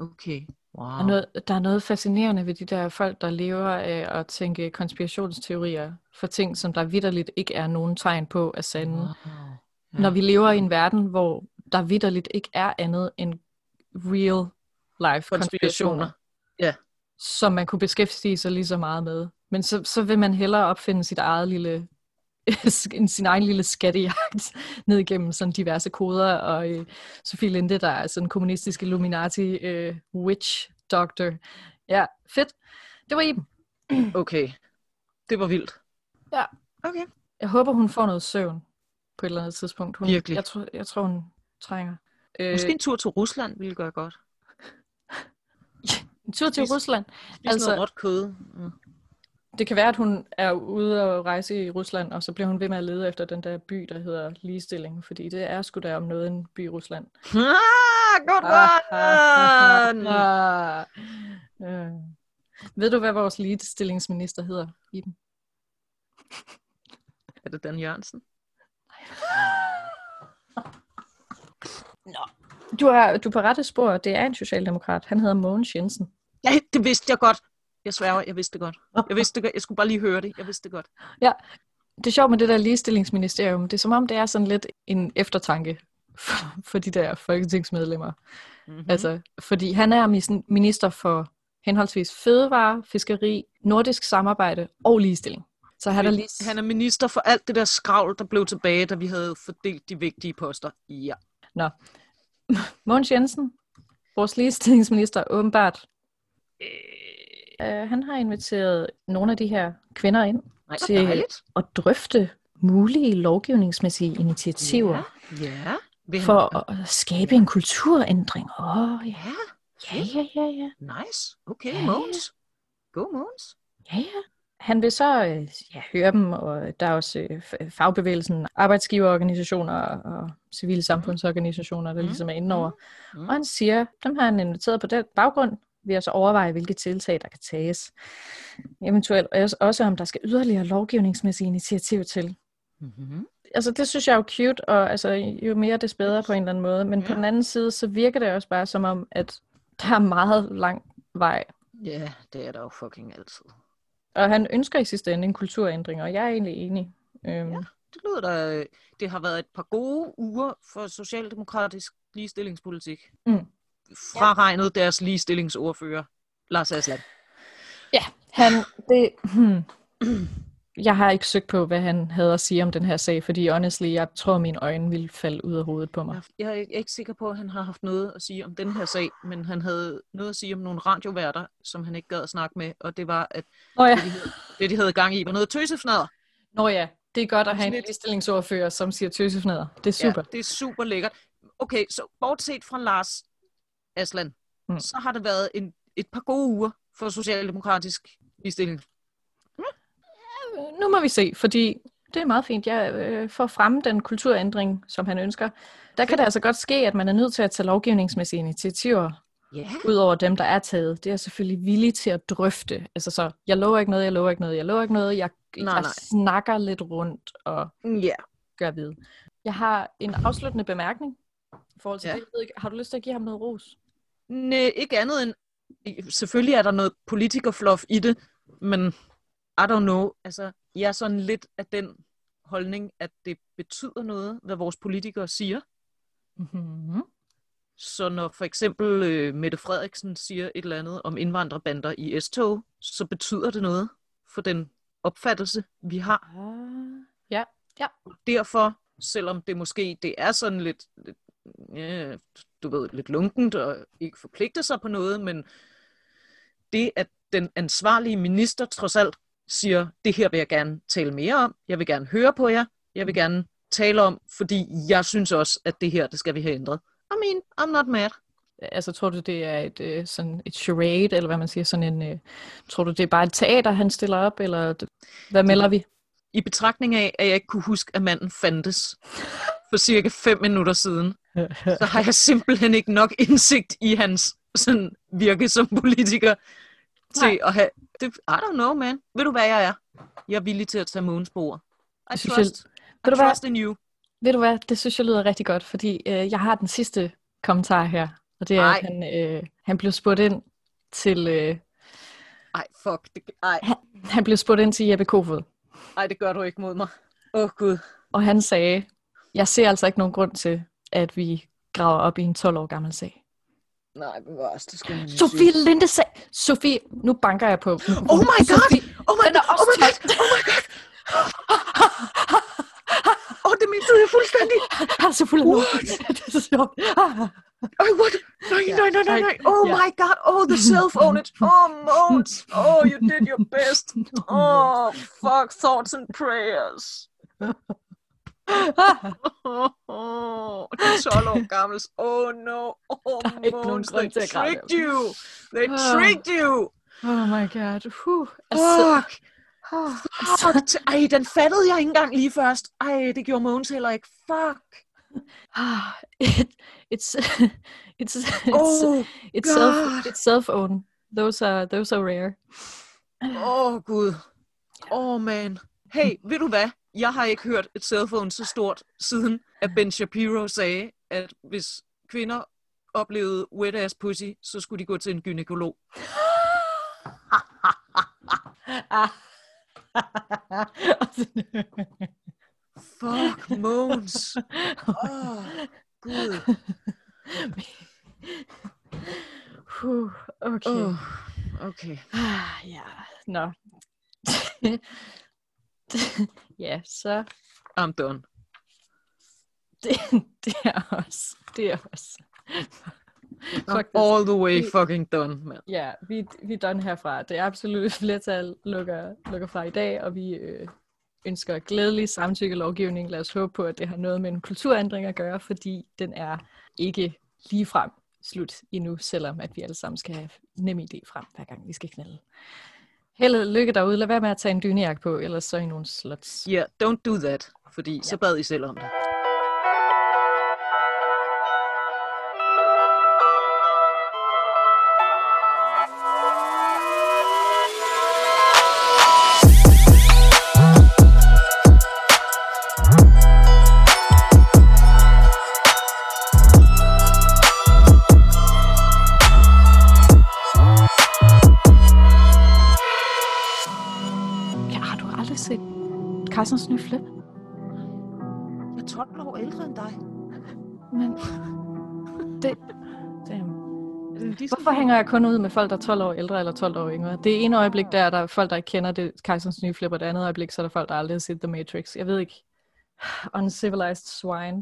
Speaker 1: Okay.
Speaker 2: Der er,
Speaker 1: Wow.
Speaker 2: noget, der er noget fascinerende ved de der folk, der lever af at tænke konspirationsteorier for ting, som der vidderligt ikke er nogen tegn på er sande.
Speaker 1: wow.
Speaker 2: Ja. Når vi lever i en verden, hvor der vidderligt ikke er andet end real life konspirationer,
Speaker 1: Konspirationer.
Speaker 2: som man kunne beskæftige sig lige så meget med. Men så, så vil man hellere opfinde sit eget lille en- sin egen lille skattejagt ned igennem sådan diverse koder, og øh, Sofie Linde, der er sådan en kommunistisk Illuminati øh, witch doctor. Ja, fedt. Det var Iben.
Speaker 1: Okay. Det var vildt.
Speaker 2: Ja.
Speaker 1: Okay.
Speaker 2: Jeg håber, hun får noget søvn på et eller andet tidspunkt. Hun,
Speaker 1: Virkelig.
Speaker 2: Jeg, tror, jeg tror, hun trænger. Øh,
Speaker 1: Måske en tur til Rusland ville gøre godt.
Speaker 2: en tur til
Speaker 1: spise-
Speaker 2: Rusland.
Speaker 1: Spise altså,
Speaker 2: Altså-
Speaker 1: noget råt kød. Mm.
Speaker 2: Det kan være, at hun er ude og rejse i Rusland, og så bliver hun ved med at lede efter den der by, der hedder ligestilling, fordi det er sgu da om noget en by i Rusland.
Speaker 1: Ah, godt one!
Speaker 2: Ah. Øh. Ved du, hvad vores ligestillingsminister hedder, Iben?
Speaker 1: er det Dan Jørgensen?
Speaker 2: Du er, du er på rette spor. Det er en socialdemokrat. Han hedder Mogens Jensen.
Speaker 1: Ja, det vidste jeg godt. Jeg sværger, jeg vidste det godt. Jeg vidste det godt. Jeg skulle bare lige høre det. Jeg vidste det godt.
Speaker 2: Det er sjovt med det der ligestillingsministerium. Det er som om, det er sådan lidt en eftertanke for, for de der folketingsmedlemmer.
Speaker 1: Mm-hmm.
Speaker 2: Altså, fordi han er mis- minister for henholdsvis fødevare, fiskeri, nordisk samarbejde og ligestilling. Så han er lige...
Speaker 1: Han er minister for alt det der skravl, der blev tilbage, da vi havde fordelt de vigtige poster. Ja.
Speaker 2: Mogens Jensen, vores ligestillingsminister, åbenbart, øh, han har inviteret nogle af de her kvinder ind
Speaker 1: Nej,
Speaker 2: Se.
Speaker 1: hvor dejligt.
Speaker 2: og drøfte mulige lovgivningsmæssige initiativer ja.
Speaker 1: Ja. Vil han-
Speaker 2: for at skabe en kulturændring. Åh, oh, ja.
Speaker 1: Ja,
Speaker 2: Ja, ja, ja, ja.
Speaker 1: nice. Okay,
Speaker 2: Ja.
Speaker 1: Måns. God Måns.
Speaker 2: Ja, ja. Han vil så øh, ja, høre dem, og der er også øh, f- fagbevægelsen, arbejdsgiverorganisationer og civilsamfundsorganisationer, der
Speaker 1: Mhm.
Speaker 2: ligesom er inde over.
Speaker 1: Mhm.
Speaker 2: Og han siger, dem har han inviteret på den baggrund, vil jeg så overveje, hvilke tiltag, der kan tages. Eventuelt også- også, om der skal yderligere lovgivningsmæssige initiativ til.
Speaker 1: Mm-hmm.
Speaker 2: Altså, det synes jeg er jo cute, og altså, jo mere, des bedre på en eller anden måde. Men på
Speaker 1: Ja.
Speaker 2: den anden side, så virker det også bare som om, at der er meget lang vej
Speaker 1: Ja, det er der jo fucking altid.
Speaker 2: Og han ønsker i sidste ende en kulturændring, og jeg er egentlig enig. Øhm,
Speaker 1: Ja.
Speaker 2: ja.
Speaker 1: Det lyder da, det har været et par gode uger for socialdemokratisk ligestillingspolitik.
Speaker 2: Mm.
Speaker 1: Fraregnet deres ligestillingsordfører, Lars Aslan.
Speaker 2: Han, det, hmm. Jeg har ikke søgt på, hvad han havde at sige om den her sag, fordi honestly, jeg tror, mine øjne ville falde ud af hovedet på mig.
Speaker 1: Jeg- Jeg er ikke- jeg er ikke sikker på, at han har haft noget at sige om den her sag, men han havde noget at sige om nogle radioværter, som han ikke gad at snakke med, og det var, at
Speaker 2: Nå ja,
Speaker 1: det, de havde, det, de havde gang i, var noget tøsefnader.
Speaker 2: Nå ja det er godt at have en
Speaker 1: Lidt.
Speaker 2: ligestillingsordfører, som siger tøsefnader. Det er super.
Speaker 1: Ja, det er super lækkert. Okay, så bortset fra Lars Aslan,
Speaker 2: Mm.
Speaker 1: mm. så har det været en, et par gode uger for socialdemokratisk ligestilling.
Speaker 2: Øh, Nu må vi se, fordi det er meget fint. Jeg øh, får fremme den kulturændring, som han ønsker. Der kan det altså godt ske, at man er nødt til at tage lovgivningsmæssige initiativer,
Speaker 1: Ja.
Speaker 2: ud over dem, der er taget. Det er jeg selvfølgelig villig til at drøfte. Altså så, jeg lover ikke noget, jeg lover ikke noget, jeg lover ikke noget. Jeg,
Speaker 1: Nej,
Speaker 2: jeg
Speaker 1: nej.
Speaker 2: snakker lidt rundt og
Speaker 1: Ja.
Speaker 2: gør ved. Jeg har en afsluttende bemærkning i forhold til ja.
Speaker 1: Ja.
Speaker 2: det. Jeg ved ikke, Har du lyst til at give ham noget ros?
Speaker 1: Næ, ikke andet end, selvfølgelig er der noget politikerfluff i det, men I don't know, altså jeg er sådan lidt af den holdning, at det betyder noget, hvad vores politikere siger.
Speaker 2: Mm-hmm.
Speaker 1: Så når for eksempel øh, Mette Frederiksen siger et eller andet om indvandrerbander i S-tog, så betyder det noget for den opfattelse, vi har.
Speaker 2: Ja, ja.
Speaker 1: Derfor, selvom det måske det er sådan lidt, lidt øh, du ved, lidt lunkent og ikke forpligter sig på noget, men det, at den ansvarlige minister trods alt siger, det her vil jeg gerne tale mere om, jeg vil gerne høre på jer, jeg vil gerne tale om, fordi jeg synes også, at det her, det skal vi have ændret. I mean, I'm not mad.
Speaker 2: Altså, tror du, det er et, øh, sådan et charade, eller hvad man siger, sådan en... Øh, tror du, det er bare et teater, han stiller op, eller d- hvad melder vi?
Speaker 1: I betragtning af, at jeg ikke kunne huske, at manden fandtes for cirka 5 minutter siden, så har jeg simpelthen ikke nok indsigt i hans sådan, virke som politiker til
Speaker 2: Nej.
Speaker 1: Nej. at have... Det, I don't know, man. Ved du, hvad jeg er? Jeg er villig til at tage Mogens på ord. I
Speaker 2: Jeg synes,
Speaker 1: trust, I
Speaker 2: Ved du hvad?
Speaker 1: trust in you.
Speaker 2: Ved du hvad, det synes jeg lyder rigtig godt, fordi øh, jeg har den sidste kommentar her, og det er,
Speaker 1: Ej.
Speaker 2: at han, øh, han blev spurgt ind til... Øh,
Speaker 1: Ej, fuck. Det, ej,
Speaker 2: han blev spurgt ind til Jeppe Kofod,
Speaker 1: ej, det gør du ikke mod mig. Åh, oh, Gud.
Speaker 2: og han sagde, jeg ser altså ikke nogen grund til, at vi graver op i en 12 år gammel sag.
Speaker 1: Nej, bevares, det skal man ikke sige.
Speaker 2: Sofie Linde sag. Sofie, nu banker jeg på.
Speaker 1: Oh my god!
Speaker 2: Sofie,
Speaker 1: Oh my
Speaker 2: den er
Speaker 1: god!
Speaker 2: også
Speaker 1: Oh my god!
Speaker 2: tolv.
Speaker 1: Åh, oh, det mistede jeg fuldstændig!
Speaker 2: Altså fuld af
Speaker 1: What?
Speaker 2: det er så sjovt. Ah.
Speaker 1: Ej, what? Nej,
Speaker 2: Ja,
Speaker 1: nej, nej, nej,
Speaker 2: nej.
Speaker 1: nej. Oh
Speaker 2: Ja.
Speaker 1: my god. Oh, the self-owned. Oh, Mogens. Oh, you did your best. Oh,
Speaker 2: Mm-hmm.
Speaker 1: fuck. Thoughts and prayers. Oh, oh. Det er 12 år gammels. Oh, no. Oh,
Speaker 2: er ikke nogen
Speaker 1: Mogens,
Speaker 2: grund
Speaker 1: they
Speaker 2: til at græde
Speaker 1: tricked
Speaker 2: dem.
Speaker 1: you. They
Speaker 2: Ah.
Speaker 1: tricked you.
Speaker 2: oh my god. Huh. Altså,
Speaker 1: Fuck. Fuck. Ej, den fattede jeg ikke engang lige først. Ej, det gjorde Mogens heller ikke. Fuck.
Speaker 2: ah, it, it's, it's, it's,
Speaker 1: Oh,
Speaker 2: it's, self,
Speaker 1: God.
Speaker 2: it's self-owned. Those are, those are rare.
Speaker 1: Åh, oh, Gud. Åh, oh, man. Hey, ved du hvad? Jeg har ikke hørt et cellphone så stort, siden at Ben Shapiro sagde, at hvis kvinder oplevede wet ass pussy, så skulle de gå til en gynekolog.
Speaker 2: Ah.
Speaker 1: Fuck, Måns. Åh, oh, Gud.
Speaker 2: Huh, okay.
Speaker 1: Oh, okay.
Speaker 2: Ah, ja, nå. ja, så
Speaker 1: I'm done.
Speaker 2: det, det er også. Det er også.
Speaker 1: I'm
Speaker 2: Fuck this.
Speaker 1: all the way fucking done, mand.
Speaker 2: Ja, vi, vi er done herfra. Det absolutte flertal lukker, lukker fra i dag, og vi øh, ønsker glædelig samtykkelovgivning. Lad os håbe på, at det har noget med en kulturændring at gøre, fordi den er ikke ligefrem slut endnu, selvom at vi alle sammen skal have nem idé frem, hver gang vi skal knalde. Held og lykke derude. Lad være med at tage en dynejakke på, ellers så er I nogle slots.
Speaker 1: Yeah, don't do that, fordi så bad I selv om det.
Speaker 2: Ja, har du aldrig set Carstens nye flip?
Speaker 1: Jeg er 12 år ældre end dig.
Speaker 2: Men det... Damn.
Speaker 1: Er det Men de
Speaker 2: Hvorfor hænger jeg kun ud med folk, der er 12 år ældre eller 12 år yngre? Det ene øjeblik, der er der folk, der ikke kender det kejserens nye flip, og det andet øjeblik, så er der folk, der aldrig har set The Matrix. Jeg ved ikke. Uncivilized swine.